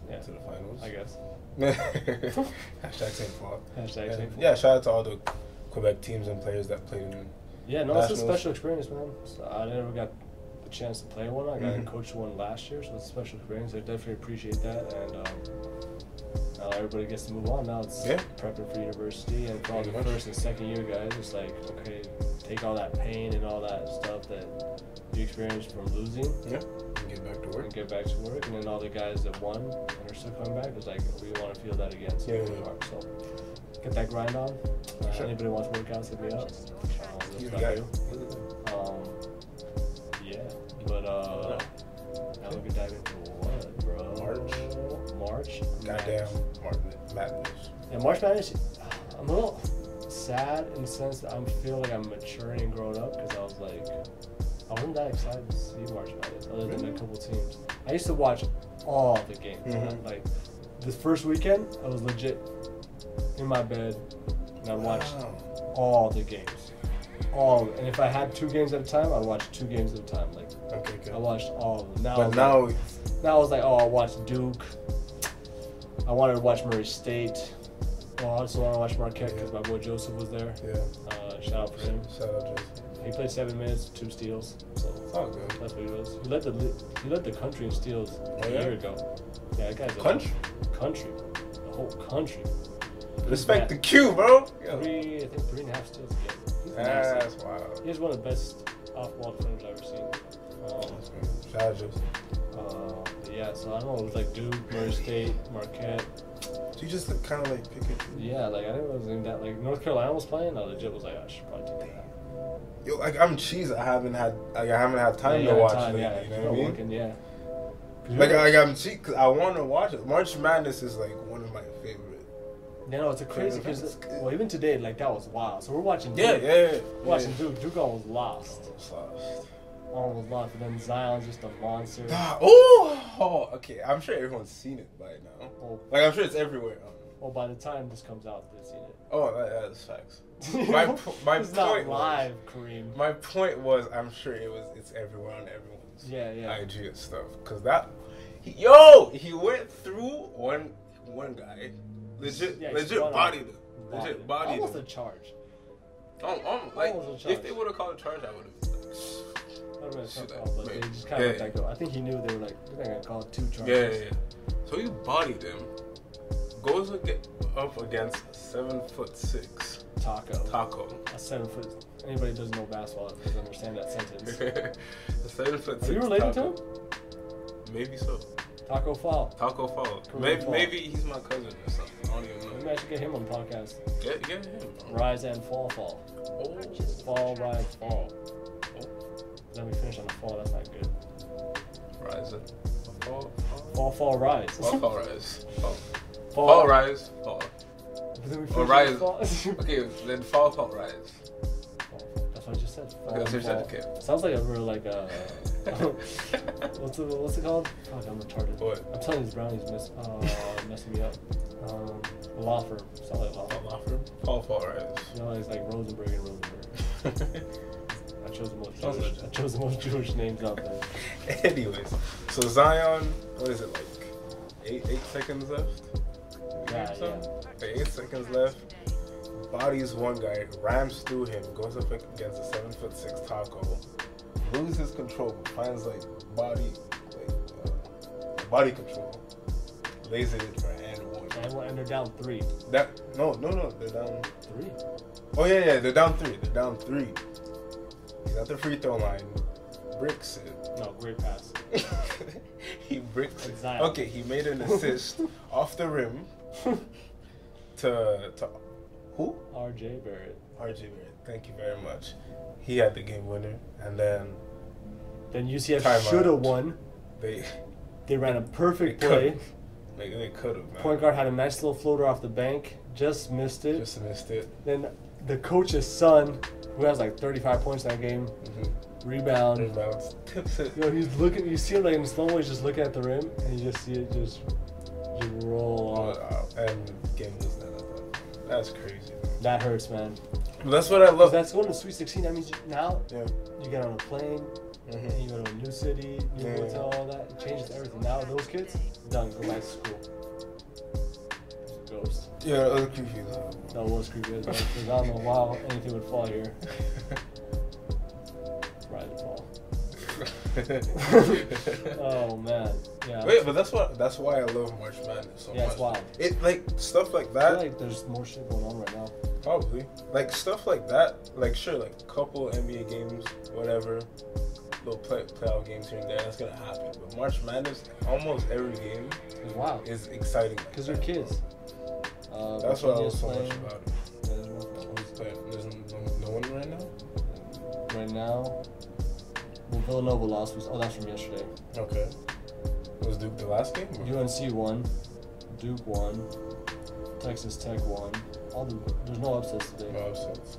[SPEAKER 2] Yeah.
[SPEAKER 1] to the finals.
[SPEAKER 2] I guess
[SPEAKER 1] Hashtag Saint Four.
[SPEAKER 2] hashtag
[SPEAKER 1] And,
[SPEAKER 2] thankful.
[SPEAKER 1] yeah, shout out to all the Quebec teams and players that played in.
[SPEAKER 2] Yeah, no, it's a
[SPEAKER 1] Nationals.
[SPEAKER 2] special experience, man. So I never got the chance to play one. I got
[SPEAKER 1] Mhm.
[SPEAKER 2] to coach one last year, so it's a special experience. I definitely appreciate that, and um, now everybody gets to move on. Now it's
[SPEAKER 1] Yeah.
[SPEAKER 2] prepping for university, and for all the
[SPEAKER 1] Pretty much.
[SPEAKER 2] first and second year guys, it's like okay, take all that pain and all that stuff that you experienced from losing
[SPEAKER 1] Yeah, and get back to work.
[SPEAKER 2] and get back to work, and then all the guys that won and are still coming back, it's like we want to feel that again. So
[SPEAKER 1] Yeah,
[SPEAKER 2] here we
[SPEAKER 1] yeah.
[SPEAKER 2] are. So get that grind on. Uh,
[SPEAKER 1] Sure.
[SPEAKER 2] Anybody wants workouts, hit me up.
[SPEAKER 3] Purchase your tracks
[SPEAKER 2] Um,
[SPEAKER 3] today.
[SPEAKER 1] You
[SPEAKER 2] That's what I
[SPEAKER 1] got
[SPEAKER 2] do. Um, yeah, but uh, now we can dive into what, bro?
[SPEAKER 1] March.
[SPEAKER 2] March.
[SPEAKER 1] Goddamn,
[SPEAKER 2] Madness.
[SPEAKER 1] Martin Madness.
[SPEAKER 2] Yeah, March Madness. I'm a little sad in the sense that I'm feel like I'm maturing and growing up because I was like, I wasn't that excited to see March Madness other than
[SPEAKER 1] Really?
[SPEAKER 2] a couple teams. I used to watch all the games.
[SPEAKER 1] Mhm.
[SPEAKER 2] Like this first weekend, I was legit in my bed and I watched
[SPEAKER 1] Wow.
[SPEAKER 2] all the games. All and if I had two games at a time, I'd watch two games at a time. Like
[SPEAKER 1] Okay, good.
[SPEAKER 2] I watched all of them. Now I
[SPEAKER 1] but
[SPEAKER 2] was
[SPEAKER 1] now,
[SPEAKER 2] like, now I was like, oh, I watched Duke. I wanted to watch Murray State. Well, I also want to watch Marquette because my boy Joseph was there.
[SPEAKER 1] yeah.
[SPEAKER 2] Uh, shout out for him.
[SPEAKER 1] Shout out, Jason.
[SPEAKER 2] He played seven minutes, two steals. So
[SPEAKER 1] It's all good.
[SPEAKER 2] That's what he was. He led the li- he led the country in steals a
[SPEAKER 1] Oh, yeah?
[SPEAKER 2] year ago. Yeah, that guy's a
[SPEAKER 1] Country?
[SPEAKER 2] country, the whole country.
[SPEAKER 1] Respect the
[SPEAKER 2] Yeah.
[SPEAKER 1] Q, bro. Yeah. Ah,
[SPEAKER 2] Three, I think three and a half steals. Yeah, he's nasty.
[SPEAKER 1] That's wild.
[SPEAKER 2] He's one of the best off-ball defenders I've ever seen.
[SPEAKER 1] That's crazy. Shout out, Jason.
[SPEAKER 2] Um, uh, but yeah, so I don't know. It was like Duke, Murray State, Marquette.
[SPEAKER 1] So you just like, kind of like pick it.
[SPEAKER 2] Yeah, like I didn't know it was in that. Like North Carolina was playing. I legit was like, I should probably take that.
[SPEAKER 1] Yo, like I'm cheese. I haven't had like I haven't had time
[SPEAKER 2] Yeah,
[SPEAKER 1] to
[SPEAKER 2] yeah,
[SPEAKER 1] watch
[SPEAKER 2] time,
[SPEAKER 1] lately.
[SPEAKER 2] yeah,
[SPEAKER 1] you
[SPEAKER 2] if
[SPEAKER 1] know
[SPEAKER 2] you're
[SPEAKER 1] what I mean?
[SPEAKER 2] Working, yeah. 'Cause
[SPEAKER 1] Like,
[SPEAKER 2] you're-
[SPEAKER 1] like I'm cheat because I want to watch it. March Madness is like one of my favorite.
[SPEAKER 2] you know, it's a crazy because well, even today, like that was wild. So we're watching.
[SPEAKER 1] Yeah,
[SPEAKER 2] Duke.
[SPEAKER 1] yeah. yeah.
[SPEAKER 2] Watching
[SPEAKER 1] Yeah.
[SPEAKER 2] Duke, Duke almost lost. Almost lost. And then Zion's just a monster.
[SPEAKER 1] Ah, ooh, oh, okay. I'm sure everyone's seen it by now.
[SPEAKER 2] Well,
[SPEAKER 1] Like I'm sure it's everywhere. Um,
[SPEAKER 2] well, by the time this comes out, they've seen
[SPEAKER 1] Oh, that, that's facts.
[SPEAKER 2] it.
[SPEAKER 1] My po- my
[SPEAKER 2] it's not
[SPEAKER 1] point was-
[SPEAKER 2] live, Kareem.
[SPEAKER 1] My point was, I'm sure it was. It's everywhere on everyone's
[SPEAKER 2] Yeah, yeah.
[SPEAKER 1] IG and stuff. Cause that, he, yo, he went through one one guy, legit,
[SPEAKER 2] Yeah, he
[SPEAKER 1] legit
[SPEAKER 2] spun on-
[SPEAKER 1] bodied him. Legit
[SPEAKER 2] Body.
[SPEAKER 1] bodied
[SPEAKER 2] Almost a
[SPEAKER 1] him.
[SPEAKER 2] charge.
[SPEAKER 4] Um, um, like,
[SPEAKER 2] Almost a
[SPEAKER 4] if
[SPEAKER 2] charge.
[SPEAKER 4] they would have called a charge, I would have.
[SPEAKER 2] Would've been a
[SPEAKER 4] Shit,
[SPEAKER 2] tough call, but
[SPEAKER 4] man.
[SPEAKER 2] they just kind of
[SPEAKER 4] Yeah.
[SPEAKER 2] let that go. I think he knew they were like, we're not gonna call two
[SPEAKER 4] Yeah, yeah,
[SPEAKER 2] charges.
[SPEAKER 4] yeah. So he bodied him, goes aga- up against a seven foot six
[SPEAKER 2] Taco.
[SPEAKER 4] taco.
[SPEAKER 2] a seven foot. Anybody who doesn't know basketball doesn't understand that sentence.
[SPEAKER 4] a seven foot six.
[SPEAKER 2] Are you related to
[SPEAKER 4] taco.
[SPEAKER 2] him?
[SPEAKER 4] Maybe so.
[SPEAKER 2] Taco Fall.
[SPEAKER 4] Taco Fall.
[SPEAKER 2] Korean
[SPEAKER 4] Maybe,
[SPEAKER 2] Fall.
[SPEAKER 4] maybe he's my cousin or something. I don't even
[SPEAKER 2] Maybe
[SPEAKER 4] know.
[SPEAKER 2] I should get him on podcast.
[SPEAKER 4] Get, get him. bro.
[SPEAKER 2] Rise and fall, fall.
[SPEAKER 4] Oh,
[SPEAKER 2] Fall, rise, fall. Oh. Let me finish on the fall. That's not good.
[SPEAKER 4] rise. up. Fall, fall.
[SPEAKER 2] Fall, fall, rise.
[SPEAKER 4] Fall, fall, rise. Fall, fall rise. Fall.
[SPEAKER 2] But then we
[SPEAKER 4] Or
[SPEAKER 2] finish
[SPEAKER 4] rise.
[SPEAKER 2] on fall.
[SPEAKER 4] Okay, then fall, fall, rise.
[SPEAKER 2] That's what I just said. Fall,
[SPEAKER 4] Okay, that's what you said,
[SPEAKER 2] fall. Sounds like a real like uh, what's it what's it called? Fuck, I'm retarded.
[SPEAKER 4] What?
[SPEAKER 2] I'm telling you, these brownies mess uh, messing me up. Um, law firm. Sounds like law firm.
[SPEAKER 4] Fall, fall, rise.
[SPEAKER 2] You know, it's like Rosenberg and Rosenberg. I chose the most
[SPEAKER 4] Sounds
[SPEAKER 2] Jewish.
[SPEAKER 4] legit.
[SPEAKER 2] I chose the most Jewish names out there.
[SPEAKER 1] Anyways, so Zion, what is it like? Eight eight seconds left.
[SPEAKER 2] Yeah, yeah.
[SPEAKER 1] Like eight seconds left. Bodies one guy, rams through him, goes up against a seven foot six taco, loses control, finds like body, like uh, body control, lays it in for an and one.
[SPEAKER 2] And, we're- and they're down three.
[SPEAKER 1] That no no no, they're down.
[SPEAKER 2] Three.
[SPEAKER 1] Oh yeah yeah, they're down three. They're down three. He's at the free throw line, bricks it.
[SPEAKER 2] No, great pass.
[SPEAKER 1] he bricks it.
[SPEAKER 2] Zion.
[SPEAKER 1] Okay, he made an assist off the rim to to who?
[SPEAKER 2] R.J. Barrett.
[SPEAKER 1] RJ Barrett. Thank you very much. He had the game winner, and then
[SPEAKER 2] Then UCF
[SPEAKER 1] Timeout.
[SPEAKER 2] should have won.
[SPEAKER 1] they
[SPEAKER 2] They ran a perfect
[SPEAKER 1] They
[SPEAKER 2] play.
[SPEAKER 1] could've. like they could have
[SPEAKER 2] Point guard had a nice little floater off the bank, just missed it.
[SPEAKER 1] just missed it.
[SPEAKER 2] then the coach's son, who has like 35 points in that game,
[SPEAKER 1] Mm-hmm.
[SPEAKER 2] rebound.
[SPEAKER 1] Rebounds, tips it.
[SPEAKER 2] Um, Yo, he's looking. You see him like in slow mo, he's just looking at the rim, and you just see it just, just roll
[SPEAKER 1] Oh,
[SPEAKER 2] off.
[SPEAKER 1] wow. And game was not at that. point. That's crazy. man.
[SPEAKER 2] That hurts, man.
[SPEAKER 1] But that's what I
[SPEAKER 2] If
[SPEAKER 1] love.
[SPEAKER 2] that's going to Sweet 16, that means you- now
[SPEAKER 1] yeah.
[SPEAKER 2] you get on a plane, and
[SPEAKER 1] Mm-hmm.
[SPEAKER 2] you go to a new city, new
[SPEAKER 1] Yeah.
[SPEAKER 2] hotel, all that. It changes everything. Now those kids, done, go back to school. Ghost.
[SPEAKER 1] Yeah, that was creepy though.
[SPEAKER 2] That was creepy as well, 'cause I don't know how anything would fall here. Rise and fall. oh man. Yeah.
[SPEAKER 1] Wait, but that's what that's why I love March Madness so
[SPEAKER 2] yeah,
[SPEAKER 1] much.
[SPEAKER 2] it's wild.
[SPEAKER 1] It like stuff like
[SPEAKER 2] I feel
[SPEAKER 1] that,
[SPEAKER 2] like there's more shit going on right now.
[SPEAKER 1] probably like stuff like that. Like sure, like couple NBA games, whatever, little play playoff games here and there. That's gonna happen. But March Madness, almost every game
[SPEAKER 2] It's wild.
[SPEAKER 1] is exciting. like
[SPEAKER 2] Because they're
[SPEAKER 1] that.
[SPEAKER 2] kids. Uh,
[SPEAKER 1] That's what I love
[SPEAKER 2] Virginia's
[SPEAKER 1] so much
[SPEAKER 2] playing.
[SPEAKER 1] about it.
[SPEAKER 2] Yeah, there's more going
[SPEAKER 1] Who's playing? There's no, no one right now.
[SPEAKER 2] on. Right now, well, Villanova lost. Was, oh, that's from yesterday.
[SPEAKER 1] Okay. Was Duke the last game? or-
[SPEAKER 2] UNC won, Duke won, Texas Tech won. All the there's no upsets today.
[SPEAKER 1] No upsets.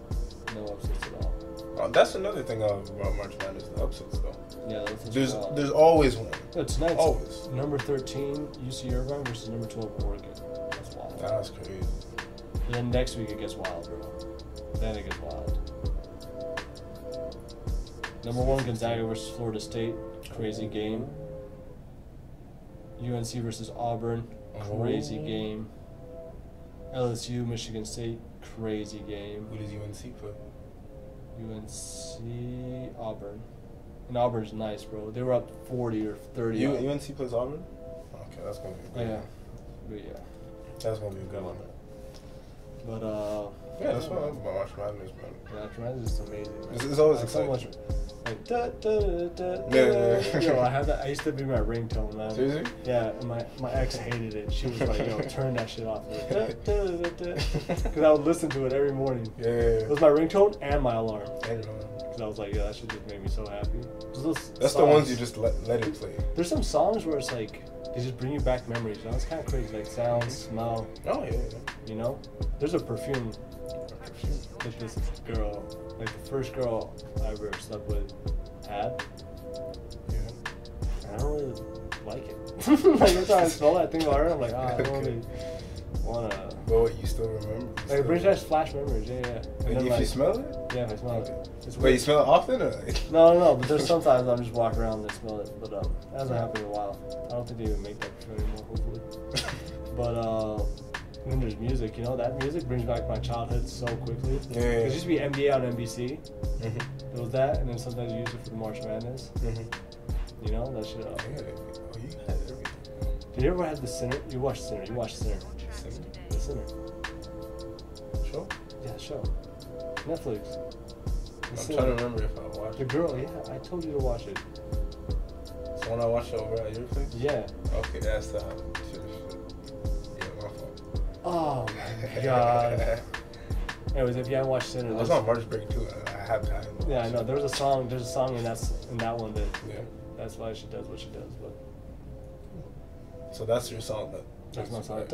[SPEAKER 2] No upsets at all.
[SPEAKER 1] Oh, that's another thing I love about March Madness, the upsets though.
[SPEAKER 2] Yeah, that's
[SPEAKER 1] There's there's always one.
[SPEAKER 2] tonight's
[SPEAKER 1] Always.
[SPEAKER 2] number 13 UC Irvine versus number 12 Oregon. That's wild.
[SPEAKER 1] That's crazy.
[SPEAKER 2] And then next week it gets wild, bro. Then it gets wild. Number one, Gonzaga versus Florida State. Crazy game. UNC versus Auburn. Crazy
[SPEAKER 1] Oh.
[SPEAKER 2] game. LSU, Michigan State. Crazy game.
[SPEAKER 1] Who does UNC put?
[SPEAKER 2] UNC, Auburn. And Auburn's nice, bro. They were up 40 or 30.
[SPEAKER 1] U-
[SPEAKER 2] up.
[SPEAKER 1] UNC plays Auburn. Okay, that's gonna be a
[SPEAKER 2] Oh,
[SPEAKER 1] good.
[SPEAKER 2] yeah.
[SPEAKER 1] one.
[SPEAKER 2] But yeah.
[SPEAKER 1] That's gonna be a good
[SPEAKER 2] Good
[SPEAKER 1] one.
[SPEAKER 2] one. But uh,
[SPEAKER 1] Yeah, that's why I love about March Madness, man.
[SPEAKER 2] Yeah, tremendous is amazing. man.
[SPEAKER 1] It's- it's always
[SPEAKER 2] Like, so much.
[SPEAKER 1] exciting.
[SPEAKER 2] Like, da, da, da, da, da.
[SPEAKER 1] Yeah, yeah, yeah.
[SPEAKER 2] Yo, I had that. I used to be my ringtone, man.
[SPEAKER 1] Seriously?
[SPEAKER 2] Yeah, and my my ex hated it. She was like, "Yo, turn that shit off." Because I would listen to it every morning.
[SPEAKER 1] Yeah. yeah, yeah.
[SPEAKER 2] It was my ringtone and my alarm.
[SPEAKER 1] I don't know.
[SPEAKER 2] Because I was like, "Yo, that shit just made me so happy." 'Cause those
[SPEAKER 1] um, That's the ones
[SPEAKER 2] songs-
[SPEAKER 1] you just let, let it play.
[SPEAKER 2] There's some songs where it's like they just bring you back memories. You know? It's kind of crazy, like sound, smell.
[SPEAKER 1] Oh yeah.
[SPEAKER 2] You know, there's a perfume
[SPEAKER 1] yeah.
[SPEAKER 2] that this girl, like the first girl I ever slept with, had.
[SPEAKER 1] Yeah.
[SPEAKER 2] And I don't really like it. like every time I smell that thing about her, I'm like, ah, I don't really wanna.
[SPEAKER 1] But what you still remember? You
[SPEAKER 2] Like
[SPEAKER 1] still
[SPEAKER 2] it brings
[SPEAKER 1] remember?
[SPEAKER 2] back flash memories. Yeah, yeah. And
[SPEAKER 1] Wait,
[SPEAKER 2] then,
[SPEAKER 1] if you
[SPEAKER 2] like-
[SPEAKER 1] smell it?
[SPEAKER 2] Yeah, if I smell
[SPEAKER 1] Okay.
[SPEAKER 2] it. It's
[SPEAKER 1] Wait, you smell it often or like?
[SPEAKER 2] No, no, no. But there's sometimes I'm just walking around and I smell it. But um, that hasn't happened in a while. I don't think they even make that perfume anymore. Hopefully. But uh, then there's music. You know, that music brings back my childhood so quickly.
[SPEAKER 1] Yeah, yeah, yeah.
[SPEAKER 2] It used to be NBA on NBC.
[SPEAKER 1] Mhm.
[SPEAKER 2] It was that, and then sometimes you use it for the March Madness.
[SPEAKER 1] Mhm.
[SPEAKER 2] You know, that shit. Uh,
[SPEAKER 1] I had it. Oh, you had everything.
[SPEAKER 2] did you ever have the Sinner? You watched Sinner. You watched Sinner. The Sinner.
[SPEAKER 1] Sure.
[SPEAKER 2] Yeah, the show. Netflix. The
[SPEAKER 1] I'm
[SPEAKER 2] Sinner.
[SPEAKER 1] trying to remember if I watched
[SPEAKER 2] The
[SPEAKER 1] it.
[SPEAKER 2] girl. Yeah, I told you to watch it.
[SPEAKER 1] So when I watched it over at your place?
[SPEAKER 2] Yeah.
[SPEAKER 1] Okay, that's the shit, shit. Yeah, my fault.
[SPEAKER 2] Oh my god. Anyways, if you haven't watched Sinner,
[SPEAKER 1] I was
[SPEAKER 2] there's-
[SPEAKER 1] on March break too. I, I had time.
[SPEAKER 2] yeah, I know. There's a song. There's a song in that s- in that one that
[SPEAKER 1] Yeah.
[SPEAKER 2] that's why she does what she does. But
[SPEAKER 1] So that's your song. That,
[SPEAKER 2] That's my song.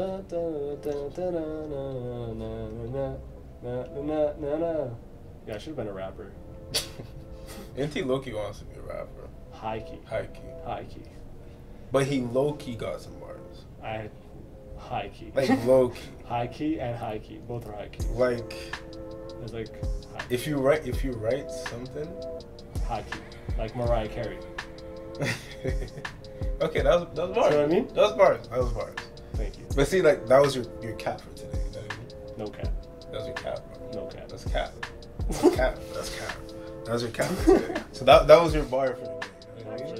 [SPEAKER 1] that-
[SPEAKER 2] Yeah, I should have been a rapper.
[SPEAKER 1] NT Loki wants to be a rapper.
[SPEAKER 2] High key.
[SPEAKER 1] High key.
[SPEAKER 2] High key.
[SPEAKER 1] But he low key got some bars.
[SPEAKER 2] I high key.
[SPEAKER 1] Like low key.
[SPEAKER 2] High key and high key. Both are high key.
[SPEAKER 1] Like
[SPEAKER 2] It's like high,
[SPEAKER 1] if you write if you write something.
[SPEAKER 2] high key. Like Mariah Carey.
[SPEAKER 1] okay, that was that was bars.
[SPEAKER 2] what I mean?
[SPEAKER 1] That was bars. That was bars.
[SPEAKER 2] Thank you.
[SPEAKER 1] But see, like that was your your cap for today. You know what I mean?
[SPEAKER 2] No cap.
[SPEAKER 1] That was your cap, bro.
[SPEAKER 2] No cap.
[SPEAKER 1] That's cap. That's cap. That's cap. That was your cap for today. So that that was your bar for today. You know what I mean?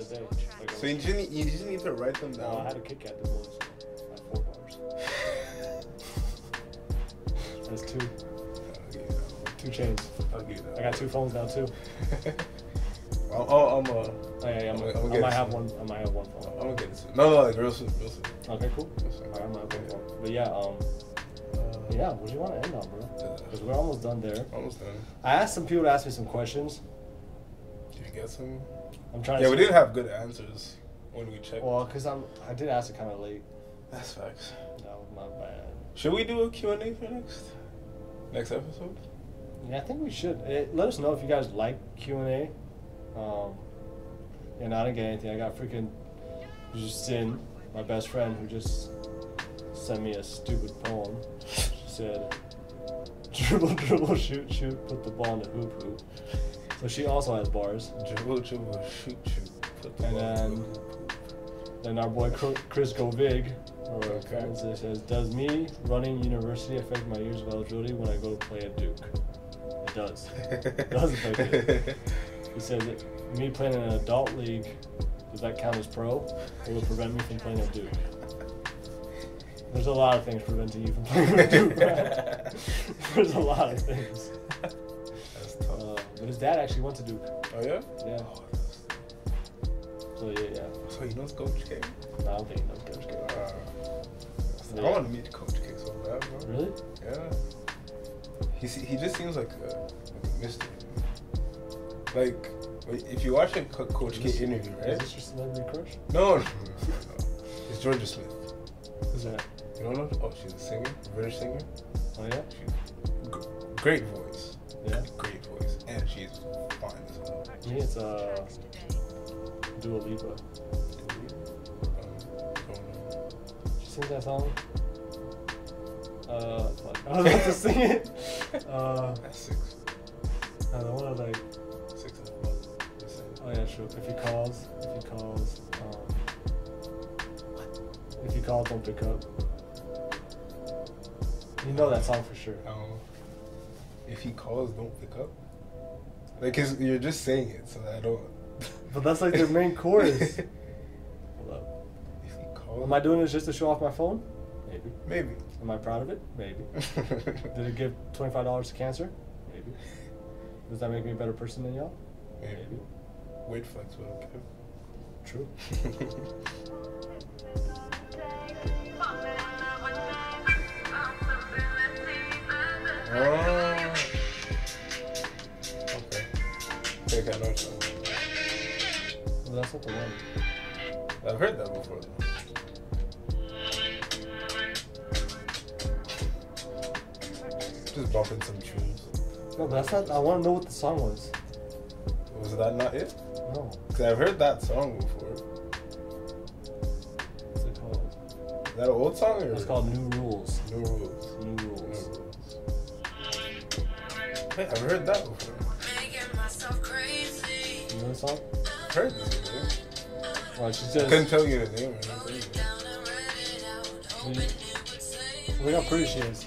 [SPEAKER 1] So you just need, you just need to write them
[SPEAKER 2] No, Oh, I had a
[SPEAKER 1] down.
[SPEAKER 2] Kit Kat this morning. so I had four bars. That's two. Two chains.
[SPEAKER 1] I'll give you that.
[SPEAKER 2] I got two phones now too.
[SPEAKER 1] oh, oh, I'm uh,
[SPEAKER 2] Oh, yeah, yeah,
[SPEAKER 1] I'm
[SPEAKER 2] I'm, i
[SPEAKER 1] gonna- I'm gonna
[SPEAKER 2] might
[SPEAKER 1] get
[SPEAKER 2] have
[SPEAKER 1] some.
[SPEAKER 2] one. I might have one phone.
[SPEAKER 1] I'm gonna get this. No, no, like real soon, real soon.
[SPEAKER 2] Okay, cool.
[SPEAKER 1] Real soon.
[SPEAKER 2] Alright, I'm not going for it. But yeah, um,
[SPEAKER 1] Uh,
[SPEAKER 2] yeah, what do you want to end on, bro?
[SPEAKER 1] uh,
[SPEAKER 2] Because we're almost done there.
[SPEAKER 1] almost done.
[SPEAKER 2] I asked some people to ask me some questions.
[SPEAKER 1] Did you get some?
[SPEAKER 2] I'm trying.
[SPEAKER 1] Yeah,
[SPEAKER 2] to
[SPEAKER 1] we
[SPEAKER 2] see-
[SPEAKER 1] didn't have good answers when we checked.
[SPEAKER 2] Well, cause I'm, I did ask it kind of late.
[SPEAKER 1] That's facts.
[SPEAKER 2] That was my bad.
[SPEAKER 1] Should we do a Q and A for next next episode?
[SPEAKER 2] Yeah, I think we should. Eh, let us know if you guys like Q and A. Um, and I didn't get anything. I got freaking Justin, my best friend, who just sent me a stupid poem. She said, "Dribble, dribble, shoot, shoot, put the ball in the hoop, hoop." So she also has bars.
[SPEAKER 1] Dribble, dribble, shoot, shoot. Put
[SPEAKER 2] And
[SPEAKER 1] ball
[SPEAKER 2] then-
[SPEAKER 1] in the
[SPEAKER 2] Then our boy Cr- Chris Govig, or
[SPEAKER 1] Okay.
[SPEAKER 2] Francis, says, "Does me running university affect my years of eligibility when I go to play at Duke?" It does.
[SPEAKER 1] hoop.
[SPEAKER 2] Doesn't affect it. He says that me playing in an adult league, does that count as pro? Or will it prevent me from playing at Duke? There's a lot of things preventing you from playing at Duke. man. There's a lot of things.
[SPEAKER 1] That's
[SPEAKER 2] Uh,
[SPEAKER 1] tough.
[SPEAKER 2] but his dad actually went to Duke.
[SPEAKER 1] oh yeah.
[SPEAKER 2] Yeah.
[SPEAKER 1] Oh, that's-
[SPEAKER 2] So yeah, yeah.
[SPEAKER 1] So you know it's Coach K.
[SPEAKER 2] No, I don't think he knows Coach K.
[SPEAKER 1] Uh, I
[SPEAKER 2] Yeah.
[SPEAKER 1] want to meet Coach K so bad, bro.
[SPEAKER 2] Really?
[SPEAKER 1] Yeah. He se- he just seems like a, like a mystery. Like wait, if you watch a Co- Coach K interview,
[SPEAKER 2] Is
[SPEAKER 1] right?
[SPEAKER 2] this your celebrity crush?
[SPEAKER 1] No, no, no, no, no. It's Georgia Smith.
[SPEAKER 2] Who's that?
[SPEAKER 1] You don't know? Oh, she's a singer, British singer.
[SPEAKER 2] Oh yeah?
[SPEAKER 1] She, g- great voice,
[SPEAKER 2] Yeah.
[SPEAKER 1] great voice, and she's fine as well.
[SPEAKER 2] Me, it's uh, Dua Lipa.
[SPEAKER 1] Um, I don't know.
[SPEAKER 2] She sings that song. Uh, fuck, I was about to sing it. Uh,
[SPEAKER 4] That's six.
[SPEAKER 2] I don't want to like.
[SPEAKER 4] Six and four. Just saying.
[SPEAKER 2] Oh yeah, true. If he calls, if he calls, um, if he calls, don't pick up. You know that song for sure.
[SPEAKER 1] Um, if he calls, don't pick up. Like, cause you're just saying it, so I don't.
[SPEAKER 2] But that's like their main chorus.
[SPEAKER 1] if
[SPEAKER 2] Hold up.
[SPEAKER 1] he calls,
[SPEAKER 2] Am I doing this just to show off my phone? Maybe.
[SPEAKER 1] Maybe.
[SPEAKER 2] Am I proud of it? Maybe. Did
[SPEAKER 1] Did
[SPEAKER 2] it give twenty five dollars to cancer? Maybe. Does that make me a better person than y'all?
[SPEAKER 1] Maybe. Weird flex, but okay.
[SPEAKER 2] True.
[SPEAKER 1] oh. Okay. Think I know what you're talking about.
[SPEAKER 2] Well, that's not the one.
[SPEAKER 1] I've heard that before. Though. Just bumping some tunes.
[SPEAKER 2] No, but that's not. I want to know what the song was.
[SPEAKER 1] Was that not it?
[SPEAKER 2] No.
[SPEAKER 1] Cause I've heard that song before.
[SPEAKER 2] What's it called?
[SPEAKER 1] Is that an old song or?
[SPEAKER 2] It's called New Rules.
[SPEAKER 1] New Rules.
[SPEAKER 2] New
[SPEAKER 1] New
[SPEAKER 2] Rules.
[SPEAKER 1] Rules. Hey, I've heard that before.
[SPEAKER 2] You know the song?
[SPEAKER 1] Heard this before.
[SPEAKER 2] Well, she
[SPEAKER 1] I couldn't
[SPEAKER 2] says.
[SPEAKER 1] tell you the name or anything.
[SPEAKER 2] Look how pretty she is.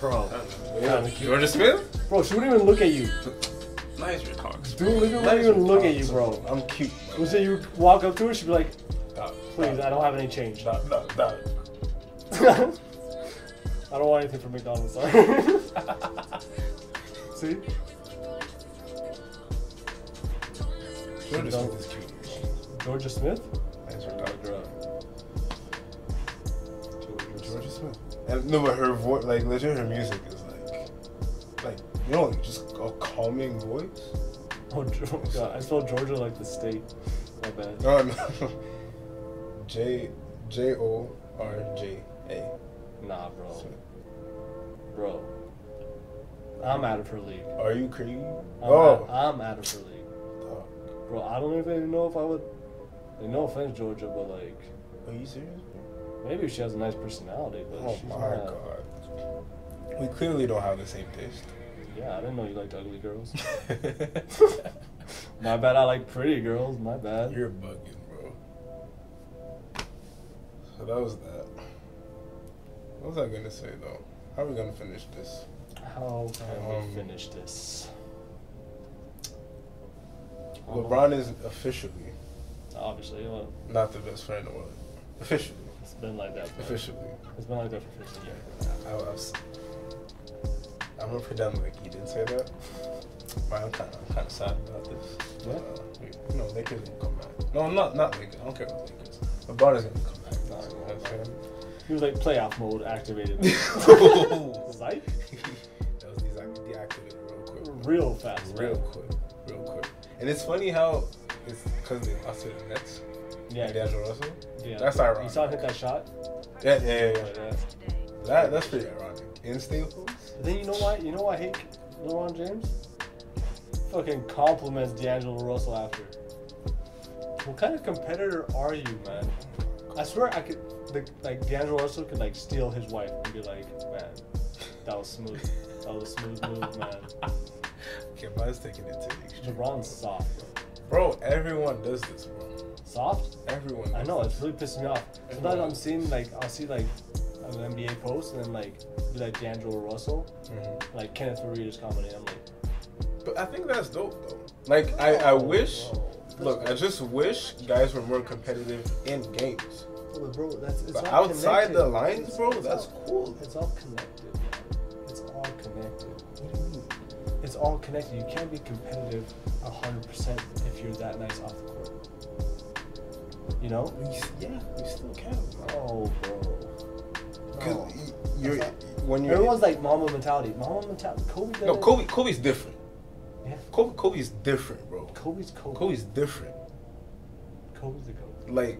[SPEAKER 2] Bro.
[SPEAKER 1] But
[SPEAKER 2] Kinda
[SPEAKER 1] Yeah.
[SPEAKER 2] cute.
[SPEAKER 4] Jordan Smith?
[SPEAKER 2] Bro, she wouldn't even look at you.
[SPEAKER 4] Nice Cox.
[SPEAKER 2] Dude, look at wouldn't even look at you, bro.
[SPEAKER 1] I'm cute. Bro.
[SPEAKER 2] Let's say you walk up to her, she'd be like,
[SPEAKER 1] Stop.
[SPEAKER 2] please, I don't have any change.
[SPEAKER 1] Stop. Stop. Stop.
[SPEAKER 2] I don't want anything from McDonald's. Sorry. See?
[SPEAKER 1] Jordan Smith is cute.
[SPEAKER 2] Georgia Smith?
[SPEAKER 1] Nice
[SPEAKER 2] Look
[SPEAKER 1] Cox.
[SPEAKER 2] her up. Georgia Smith.
[SPEAKER 1] Georgia Smith. And no, but her voice, like legit, her music is like, like you know, like, just a calming voice.
[SPEAKER 2] Oh, Georgia. I spelled Georgia like the state. My bad.
[SPEAKER 1] No, no. J J O R J A.
[SPEAKER 2] Nah, bro. Bro. I'm out of her league.
[SPEAKER 1] Are you crazy?
[SPEAKER 2] I'm,
[SPEAKER 1] Oh.
[SPEAKER 2] out, I'm out of her league.
[SPEAKER 1] Oh,
[SPEAKER 2] Bro, I don't even know if I would. Like, no offense, Georgia, but like,
[SPEAKER 1] Are you serious? bro?
[SPEAKER 2] maybe she has a nice personality, but
[SPEAKER 1] Oh
[SPEAKER 2] she's
[SPEAKER 1] my
[SPEAKER 2] not.
[SPEAKER 1] god. We clearly don't have the same taste.
[SPEAKER 2] Yeah, I didn't know you liked ugly girls. my bad, I like pretty girls. My bad.
[SPEAKER 1] You're bugging, bro. So that was that. What was I gonna say though? How are we gonna finish this?
[SPEAKER 2] How can
[SPEAKER 1] Um,
[SPEAKER 2] we finish this?
[SPEAKER 1] LeBron is officially
[SPEAKER 2] Obviously, well,
[SPEAKER 1] not the best friend in the world. Officially.
[SPEAKER 2] it's been like that. For,
[SPEAKER 1] Officially.
[SPEAKER 2] It's been like that for 15 years.
[SPEAKER 1] I was, I'm gonna pretend like you didn't say that. But I'm kind of, I'm kind of sad about this.
[SPEAKER 2] What?
[SPEAKER 1] Uh, we- no, Lakers gonna come back. No, not not Lakers. I don't care about Lakers. LeBron is gonna come back.
[SPEAKER 2] Nah,
[SPEAKER 1] That's
[SPEAKER 2] nah,
[SPEAKER 1] what I'm
[SPEAKER 2] nah.
[SPEAKER 1] saying.
[SPEAKER 2] He was like playoff mode activated. Psych?
[SPEAKER 1] that was deac- deactivated real quick.
[SPEAKER 2] Real fast.
[SPEAKER 1] Real
[SPEAKER 2] man.
[SPEAKER 1] quick, real quick. And it's funny how it's because they lost to the Nets.
[SPEAKER 2] Yeah. yeah.
[SPEAKER 1] D'Angelo Russell. That's ironic.
[SPEAKER 2] You saw him hit that shot? uh,
[SPEAKER 1] Yeah, yeah, yeah.
[SPEAKER 2] Like
[SPEAKER 1] yeah.
[SPEAKER 2] that.
[SPEAKER 1] That, that's pretty ironic. In Staples?
[SPEAKER 2] But then you know why? You know why I hate LeBron James? Fucking compliments D'Angelo Russell after. What kind of competitor are you, man? I swear I could, the, like D'Angelo Russell could like steal his wife and be like, man, that was smooth. That was a smooth move, man.
[SPEAKER 1] Okay, mine's taking it to the extreme.
[SPEAKER 2] LeBron's soft, bro.
[SPEAKER 1] Bro, everyone does this, bro.
[SPEAKER 2] Soft?
[SPEAKER 1] Everyone.
[SPEAKER 2] I
[SPEAKER 1] does
[SPEAKER 2] know
[SPEAKER 1] this.
[SPEAKER 2] it's really pissing me off. Sometimes I'm seeing like I'll see like an NBA post and then like be like D'Angelo Russell,
[SPEAKER 1] Mhm.
[SPEAKER 2] like Kenneth Reed is commenting. I'm like,
[SPEAKER 1] But I think that's dope though. Like I, I
[SPEAKER 2] No,
[SPEAKER 1] wish
[SPEAKER 2] bro.
[SPEAKER 1] look, I just wish guys were more competitive in games.
[SPEAKER 2] Oh, but bro, that's it's
[SPEAKER 1] But
[SPEAKER 2] all
[SPEAKER 1] outside
[SPEAKER 2] connected.
[SPEAKER 1] the lines, bro,
[SPEAKER 2] it's
[SPEAKER 1] that's
[SPEAKER 2] all-
[SPEAKER 1] cool.
[SPEAKER 2] It's all connected. man. It's all connected. It's all connected. You can't be competitive hundred percent if you're that nice off the court. You know?
[SPEAKER 1] We s- Yeah, we still can. bro.
[SPEAKER 2] Oh, bro.
[SPEAKER 1] Cause
[SPEAKER 2] No.
[SPEAKER 1] y- you're
[SPEAKER 2] That's
[SPEAKER 1] when you're
[SPEAKER 2] Oh. Everyone's like mama mentality. Mama mentality. Kobe.
[SPEAKER 1] no
[SPEAKER 2] doesn't-
[SPEAKER 1] Kobe. Kobe's different.
[SPEAKER 2] Yeah.
[SPEAKER 1] Kobe. Kobe's different, bro.
[SPEAKER 2] Kobe's Kobe.
[SPEAKER 1] Kobe's different.
[SPEAKER 2] Kobe's the goat.
[SPEAKER 1] Like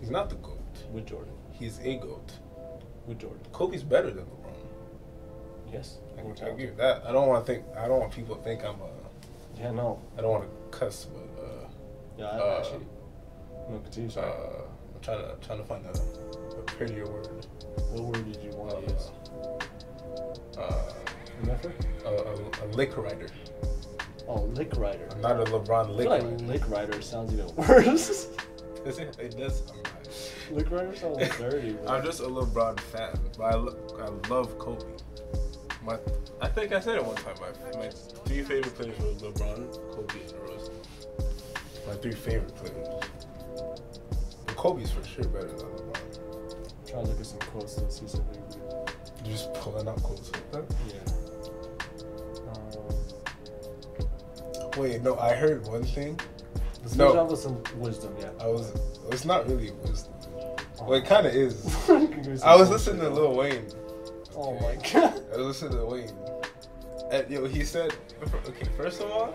[SPEAKER 1] he's not the goat.
[SPEAKER 2] With Jordan.
[SPEAKER 1] He's a goat.
[SPEAKER 2] With Jordan.
[SPEAKER 1] Kobe's better than LeBron.
[SPEAKER 2] Yes.
[SPEAKER 1] I can
[SPEAKER 2] more
[SPEAKER 1] tell
[SPEAKER 2] talented.
[SPEAKER 1] you that. I don't want to think. I don't want people to think I'm a.
[SPEAKER 2] Yeah. No.
[SPEAKER 1] I don't want to cuss, but uh,
[SPEAKER 2] Yeah. I
[SPEAKER 1] Uh,
[SPEAKER 2] actually. No, continue.
[SPEAKER 1] uh,
[SPEAKER 2] Sorry.
[SPEAKER 1] I'm trying to trying to find a, a prettier word.
[SPEAKER 2] What word did you want
[SPEAKER 1] Um,
[SPEAKER 2] to use?
[SPEAKER 1] Uh,
[SPEAKER 2] Remember?
[SPEAKER 1] a, a, a lick rider.
[SPEAKER 2] Oh, lick rider.
[SPEAKER 1] I'm not a LeBron
[SPEAKER 2] I feel
[SPEAKER 1] lick
[SPEAKER 2] like
[SPEAKER 1] rider.
[SPEAKER 2] lick rider sounds even worse.
[SPEAKER 1] Is it? It does. I'm not.
[SPEAKER 2] lick rider sounds dirty. bro.
[SPEAKER 4] I'm just a LeBron fan, but I, lo- I love Kobe. My, I think I said it one time. My, my three favorite players were LeBron, Kobe, and Rose.
[SPEAKER 1] My three favorite players. But Kobe's for sure better than LeBron.
[SPEAKER 2] trying to look at some quotes and see something. Weird.
[SPEAKER 1] You just pulling out quotes like that.
[SPEAKER 2] Yeah. Um,
[SPEAKER 1] Wait, no, I heard one thing.
[SPEAKER 2] let's
[SPEAKER 1] No.
[SPEAKER 2] finish off with some wisdom. Yeah.
[SPEAKER 1] I was. It's not really wisdom. Well, it kind of is.
[SPEAKER 2] Give me some
[SPEAKER 1] I was
[SPEAKER 2] bullshit,
[SPEAKER 1] listening to
[SPEAKER 2] though.
[SPEAKER 1] Lil Wayne.
[SPEAKER 2] Oh my god.
[SPEAKER 1] I was listening to Wayne. And yo, he said, okay, first of all,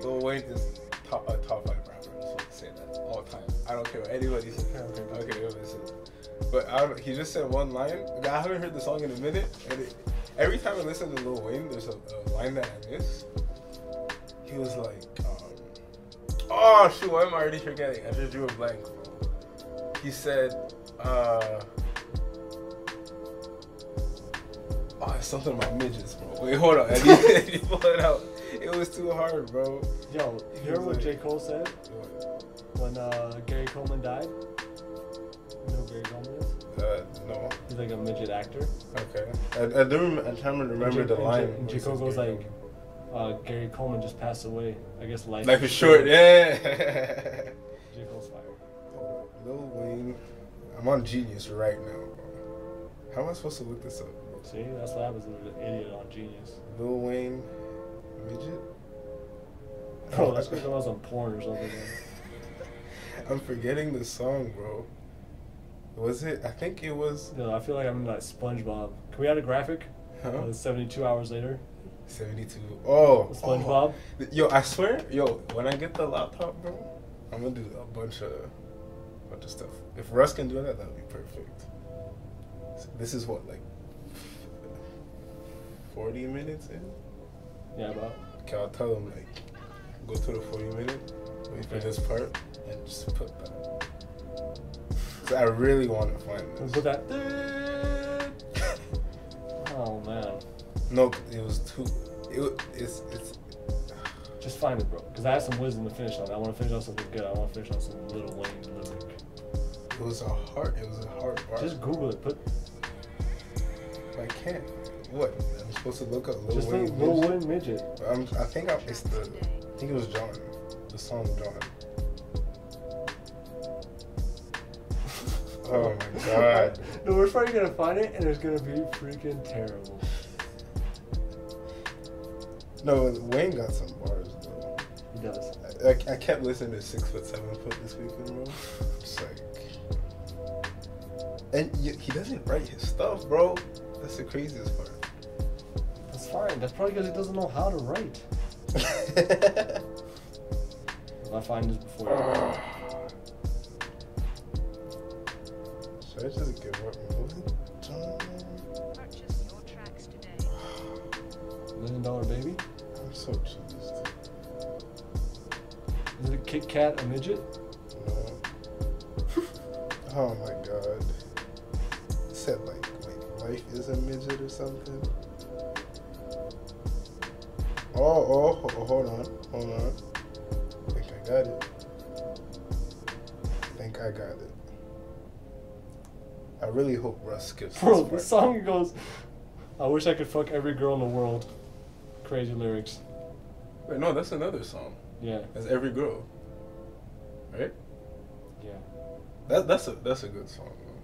[SPEAKER 1] Lil Wayne is top a top five rapper. So I say that all time. I don't care what anybody says.
[SPEAKER 2] Okay, okay.
[SPEAKER 1] Okay, wait a second. But I don't, he just said one line. Like, I haven't heard the song in a minute. And it, every time I listen to Lil Wayne, there's a, a line that I miss. He was like, um, "Oh shoot, why am I already forgetting? I just drew a blank." He said, uh, "Oh, it's something about midgets, bro." Wait, hold on. I need, I need to pull it out. It was too hard, bro.
[SPEAKER 2] Yo, you remember what
[SPEAKER 1] Like-
[SPEAKER 2] J. Cole said when uh, Gary Coleman died? You know who Gary Coleman is?
[SPEAKER 1] Uh, no.
[SPEAKER 2] He's like a midget actor.
[SPEAKER 1] Okay. I, I do. Rem- I can't remember
[SPEAKER 2] J-
[SPEAKER 1] the
[SPEAKER 2] and
[SPEAKER 1] line.
[SPEAKER 2] J- and
[SPEAKER 1] where
[SPEAKER 2] J.
[SPEAKER 1] it
[SPEAKER 2] Cole
[SPEAKER 1] says
[SPEAKER 2] goes
[SPEAKER 1] Gary
[SPEAKER 2] like, uh, Gary Coleman just passed away. I guess life.
[SPEAKER 1] Life is short, yeah.
[SPEAKER 2] J. Cole's fire.
[SPEAKER 1] Lil Wayne, I'm on Genius right now. bro. How am I supposed to look this up?
[SPEAKER 2] See, that's what happens when you're an idiot on Genius.
[SPEAKER 1] Lil Wayne, midget. Oh,
[SPEAKER 2] Bro, that's because I was on porn or something.
[SPEAKER 1] I'm forgetting the song, bro. Was it? I think it was.
[SPEAKER 2] Yo, I feel like I'm in like SpongeBob. Can we add a graphic?
[SPEAKER 1] Huh?
[SPEAKER 2] Uh, 72 hohours later.
[SPEAKER 1] 72. Oh. oh.
[SPEAKER 2] The SpongeBob?
[SPEAKER 1] Yo, I swear, yo, when I get the laptop, bro, I'm gonna do a bunch of, bunch of stuff. If Russ can do that, that would be perfect. So this is what like, 40 minutes in.
[SPEAKER 2] Yeah, bro.
[SPEAKER 1] Okay, I'll tell them like, go to the 40 minute, wait for
[SPEAKER 2] Okay.
[SPEAKER 1] this part, and just put that. So I really want to find
[SPEAKER 2] We'll
[SPEAKER 1] this.
[SPEAKER 2] put that. Oh, man.
[SPEAKER 1] No, it was too. It, wa- it's it's.
[SPEAKER 2] Just find it, bro. Because I have some wisdom to finish on. I want to finish on something good. I want to finish on some Little Wayne lyric.
[SPEAKER 1] It was a hard. It was a hard part.
[SPEAKER 2] Just Google it. Put
[SPEAKER 1] I can't. What? I'm supposed to look up Lil
[SPEAKER 2] just
[SPEAKER 1] Wayne.
[SPEAKER 2] Wayne Little
[SPEAKER 1] music?
[SPEAKER 2] Wayne midget.
[SPEAKER 1] I'm, I think I, it's the. I think it was John. The song John. Oh my god.
[SPEAKER 2] no, we're probably gonna find it, and it's gonna be freaking terrible.
[SPEAKER 1] No, Wayne got some bars though.
[SPEAKER 2] He does.
[SPEAKER 1] I, I, I kept listening to Six Foot Seven Foot this weekend, bro. It's like, and y he doesn't write his stuff, bro. That's the craziest part.
[SPEAKER 2] That's fine. That's probably because he doesn't know how to write. If I find this before, you-
[SPEAKER 1] Should I just give up? Was it John?
[SPEAKER 3] Purchase your tracks today.
[SPEAKER 2] million dollar baby.
[SPEAKER 1] I'm so cheesed.
[SPEAKER 2] Is it a Kit Kat a midget?
[SPEAKER 1] No. oh my god. It said like, like life is a midget or something. Oh, oh, ho- hold on, hold on. I think I got it. I think I got it. I really hope Russ skips
[SPEAKER 2] Bro, the
[SPEAKER 1] this part.
[SPEAKER 2] song goes, "I wish I could fuck every girl in the world." Crazy lyrics.
[SPEAKER 1] Wait, no, that's another song.
[SPEAKER 2] Yeah,
[SPEAKER 1] That's Every Girl. Right?
[SPEAKER 2] yeah.
[SPEAKER 1] That, that's a that's a good song. though.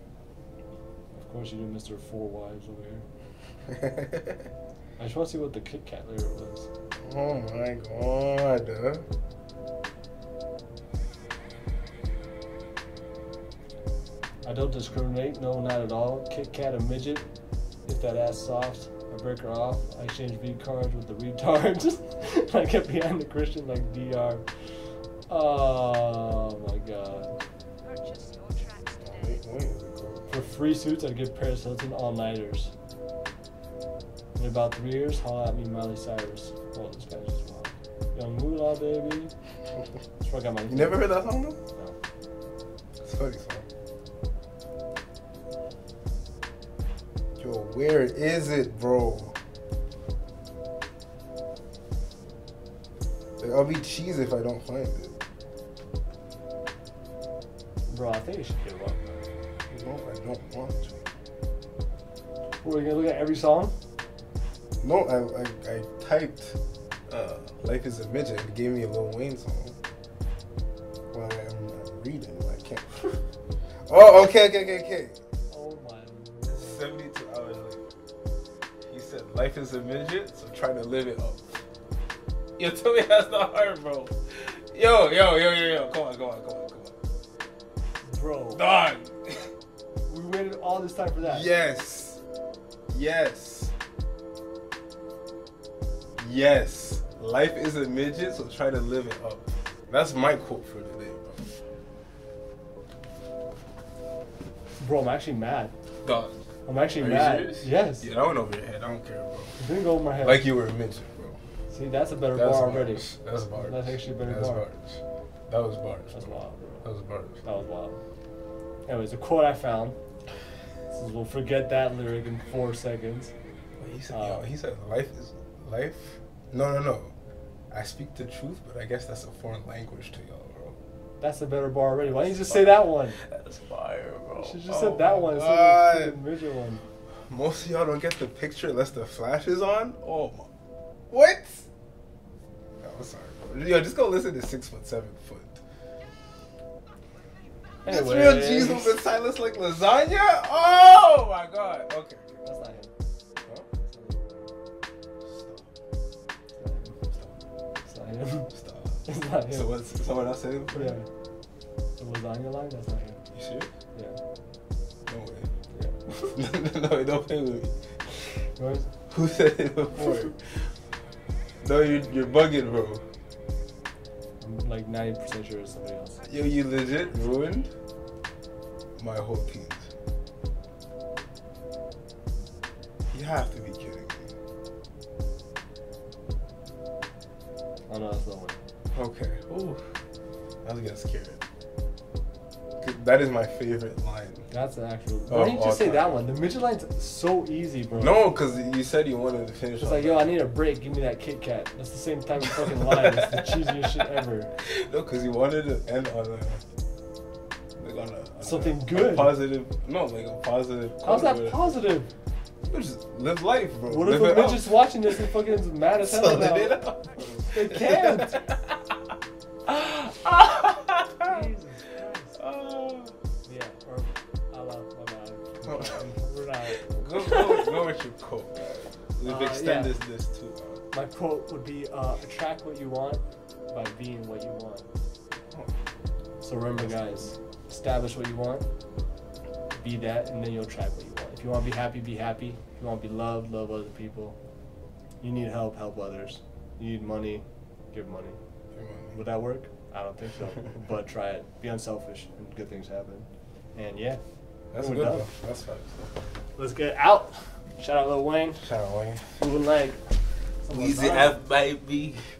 [SPEAKER 2] Of course, you do, Mister Four Wives over here. I just want to see what the Kit Kat lyric was.
[SPEAKER 1] oh my god.
[SPEAKER 2] I don't discriminate, no, not at all. Kit Kat a midget. If that ass soft, I break her off. I exchange V cards with the retards. I get behind the Christian like DR. Oh my god.
[SPEAKER 3] Purchase your tracks
[SPEAKER 1] Oh,
[SPEAKER 3] today.
[SPEAKER 1] wait, wait, is it going?
[SPEAKER 2] For free suits, I'd give Paris Hilton all nighters. In about three years, holla at me, Miley Cyrus. Well, this guy's just wild. Young Moolah, baby. That's where I got my
[SPEAKER 1] You never heard that song though?
[SPEAKER 2] No.
[SPEAKER 1] It's a funny song. Where is it, bro? Like, I'll be cheesy if I don't find it.
[SPEAKER 2] Bro, I think you should give up.
[SPEAKER 1] No, I don't want to.
[SPEAKER 2] We're gonna look at every song.
[SPEAKER 1] No, I, I, I typed uh, Life is a Midget and it gave me a Lil Wayne song. Well, I'm not reading, I can't. oh, okay, okay, okay, okay.
[SPEAKER 2] Oh my.
[SPEAKER 1] 72 hours later. He said, Life is a midget, so try to live it up.
[SPEAKER 4] Yo, tell me that's not hard, bro. Yo, yo, yo, yo, yo. Come on, come on, come on, come on.
[SPEAKER 2] Bro,
[SPEAKER 4] Dog.
[SPEAKER 2] we waited all this time for that.
[SPEAKER 1] Yes. Yes. Yes. Life is a midget, so try to live it up. That's my quote for today, bro.
[SPEAKER 2] Bro, I'm actually mad.
[SPEAKER 4] Dog.
[SPEAKER 2] I'm actually
[SPEAKER 4] Are you
[SPEAKER 2] mad.
[SPEAKER 4] serious?
[SPEAKER 2] Yes.
[SPEAKER 1] Yeah, that went over your head. I don't care, bro.
[SPEAKER 2] It didn't go over my head.
[SPEAKER 1] Like you were a midget, bro.
[SPEAKER 2] See, that's a better
[SPEAKER 1] That's
[SPEAKER 2] bar already.
[SPEAKER 1] bars. That's bars.
[SPEAKER 2] That's actually a better
[SPEAKER 1] That's
[SPEAKER 2] bar.
[SPEAKER 1] bars. That was bars.
[SPEAKER 2] That's
[SPEAKER 1] bro.
[SPEAKER 2] wild,
[SPEAKER 1] That
[SPEAKER 2] bro.
[SPEAKER 1] was bars.
[SPEAKER 2] That was wild. Anyways, the quote I found. Says, we'll forget that lyric in four seconds.
[SPEAKER 1] Wait, He said,
[SPEAKER 2] Uh,
[SPEAKER 1] yo, he said, life is life. No, no, no. I speak the truth, but I guess that's a foreign language to y'all, bro.
[SPEAKER 2] That's a better bar already. Why didn't you just say that one?
[SPEAKER 4] That's fire, bro.
[SPEAKER 2] You should just
[SPEAKER 4] Oh
[SPEAKER 2] said that
[SPEAKER 4] my
[SPEAKER 2] one.
[SPEAKER 4] God.
[SPEAKER 2] instead of the
[SPEAKER 1] Oh, God.
[SPEAKER 2] midget one.
[SPEAKER 1] Most of y'all don't get the picture unless the flash is on.
[SPEAKER 4] Oh my.
[SPEAKER 1] What? Oh, I'm sorry, bro. Yo, just go listen to six foot, seven foot. That's real
[SPEAKER 2] Anyways.
[SPEAKER 1] Jesus and silence like lasagna. Oh my God. Okay.
[SPEAKER 2] That's not him.
[SPEAKER 1] Huh?
[SPEAKER 2] That's not him.
[SPEAKER 1] Stop.
[SPEAKER 2] That's not
[SPEAKER 1] Stop.
[SPEAKER 2] him.
[SPEAKER 1] So what's someone else said it?
[SPEAKER 2] Yeah. The lasagna line? That's not him.
[SPEAKER 1] You sure?
[SPEAKER 2] Yeah.
[SPEAKER 1] No way.
[SPEAKER 2] Yeah.
[SPEAKER 1] no, no, don't play with me.
[SPEAKER 2] Yours?
[SPEAKER 1] Who said it before? no, you're, you're bugging, bro.
[SPEAKER 2] I'm like 90% sure it's somebody else.
[SPEAKER 1] Yo, you legit ruined my whole team. You have to be kidding me.
[SPEAKER 2] Oh no, that's not one.
[SPEAKER 1] Okay. Ooh. I was getting scared. 'Cause That is my favorite line.
[SPEAKER 2] That's an actual.
[SPEAKER 1] Oh,
[SPEAKER 2] Why didn't you
[SPEAKER 1] all
[SPEAKER 2] just say
[SPEAKER 1] time.
[SPEAKER 2] that one? The midget line's so easy, bro.
[SPEAKER 1] No, because you said you wanted to finish.
[SPEAKER 2] It's
[SPEAKER 1] on
[SPEAKER 2] like,
[SPEAKER 1] that.
[SPEAKER 2] yo, I need a break. Give me that Kit Kat. That's the same type of fucking line. It's the cheesiest shit ever.
[SPEAKER 1] No, because you wanted to end on a like on a on
[SPEAKER 2] Something
[SPEAKER 1] a- a
[SPEAKER 2] good.
[SPEAKER 1] positive. No, like a positive.
[SPEAKER 2] How's
[SPEAKER 1] quote or
[SPEAKER 2] that
[SPEAKER 1] whatever.
[SPEAKER 2] positive?
[SPEAKER 1] You Just live life, bro.
[SPEAKER 2] What if
[SPEAKER 1] live
[SPEAKER 2] a
[SPEAKER 1] it up.
[SPEAKER 2] midget's watching this and fucking is mad as hell
[SPEAKER 1] Solid it
[SPEAKER 2] now?
[SPEAKER 1] up.
[SPEAKER 2] They can't. Jesus Christ.
[SPEAKER 4] Oh.
[SPEAKER 2] Yeah, or I love my bad.
[SPEAKER 1] Oh.
[SPEAKER 2] We're not.
[SPEAKER 1] go, go, go with your quote. man. We've
[SPEAKER 2] Uh,
[SPEAKER 1] extended
[SPEAKER 2] yeah.
[SPEAKER 1] this this too.
[SPEAKER 2] My quote would be uh, attract what you want by being what you want. So remember, guys, establish what you want, be that, and then you'll attract what you want. If you want to be happy, be happy. If you want to be loved, love other people. You need help, help others. You need money, give money. Would that work? I don't think so. but try it. Be unselfish, and good things happen. And yeah,
[SPEAKER 1] That's a
[SPEAKER 2] we're
[SPEAKER 1] good
[SPEAKER 2] done.
[SPEAKER 1] one. That's fine.
[SPEAKER 2] Let's get out. Shout out Lil Wayne.
[SPEAKER 1] Shout out Wayne.
[SPEAKER 2] Moving like. Someone's
[SPEAKER 4] Easy
[SPEAKER 2] on.
[SPEAKER 4] F, baby.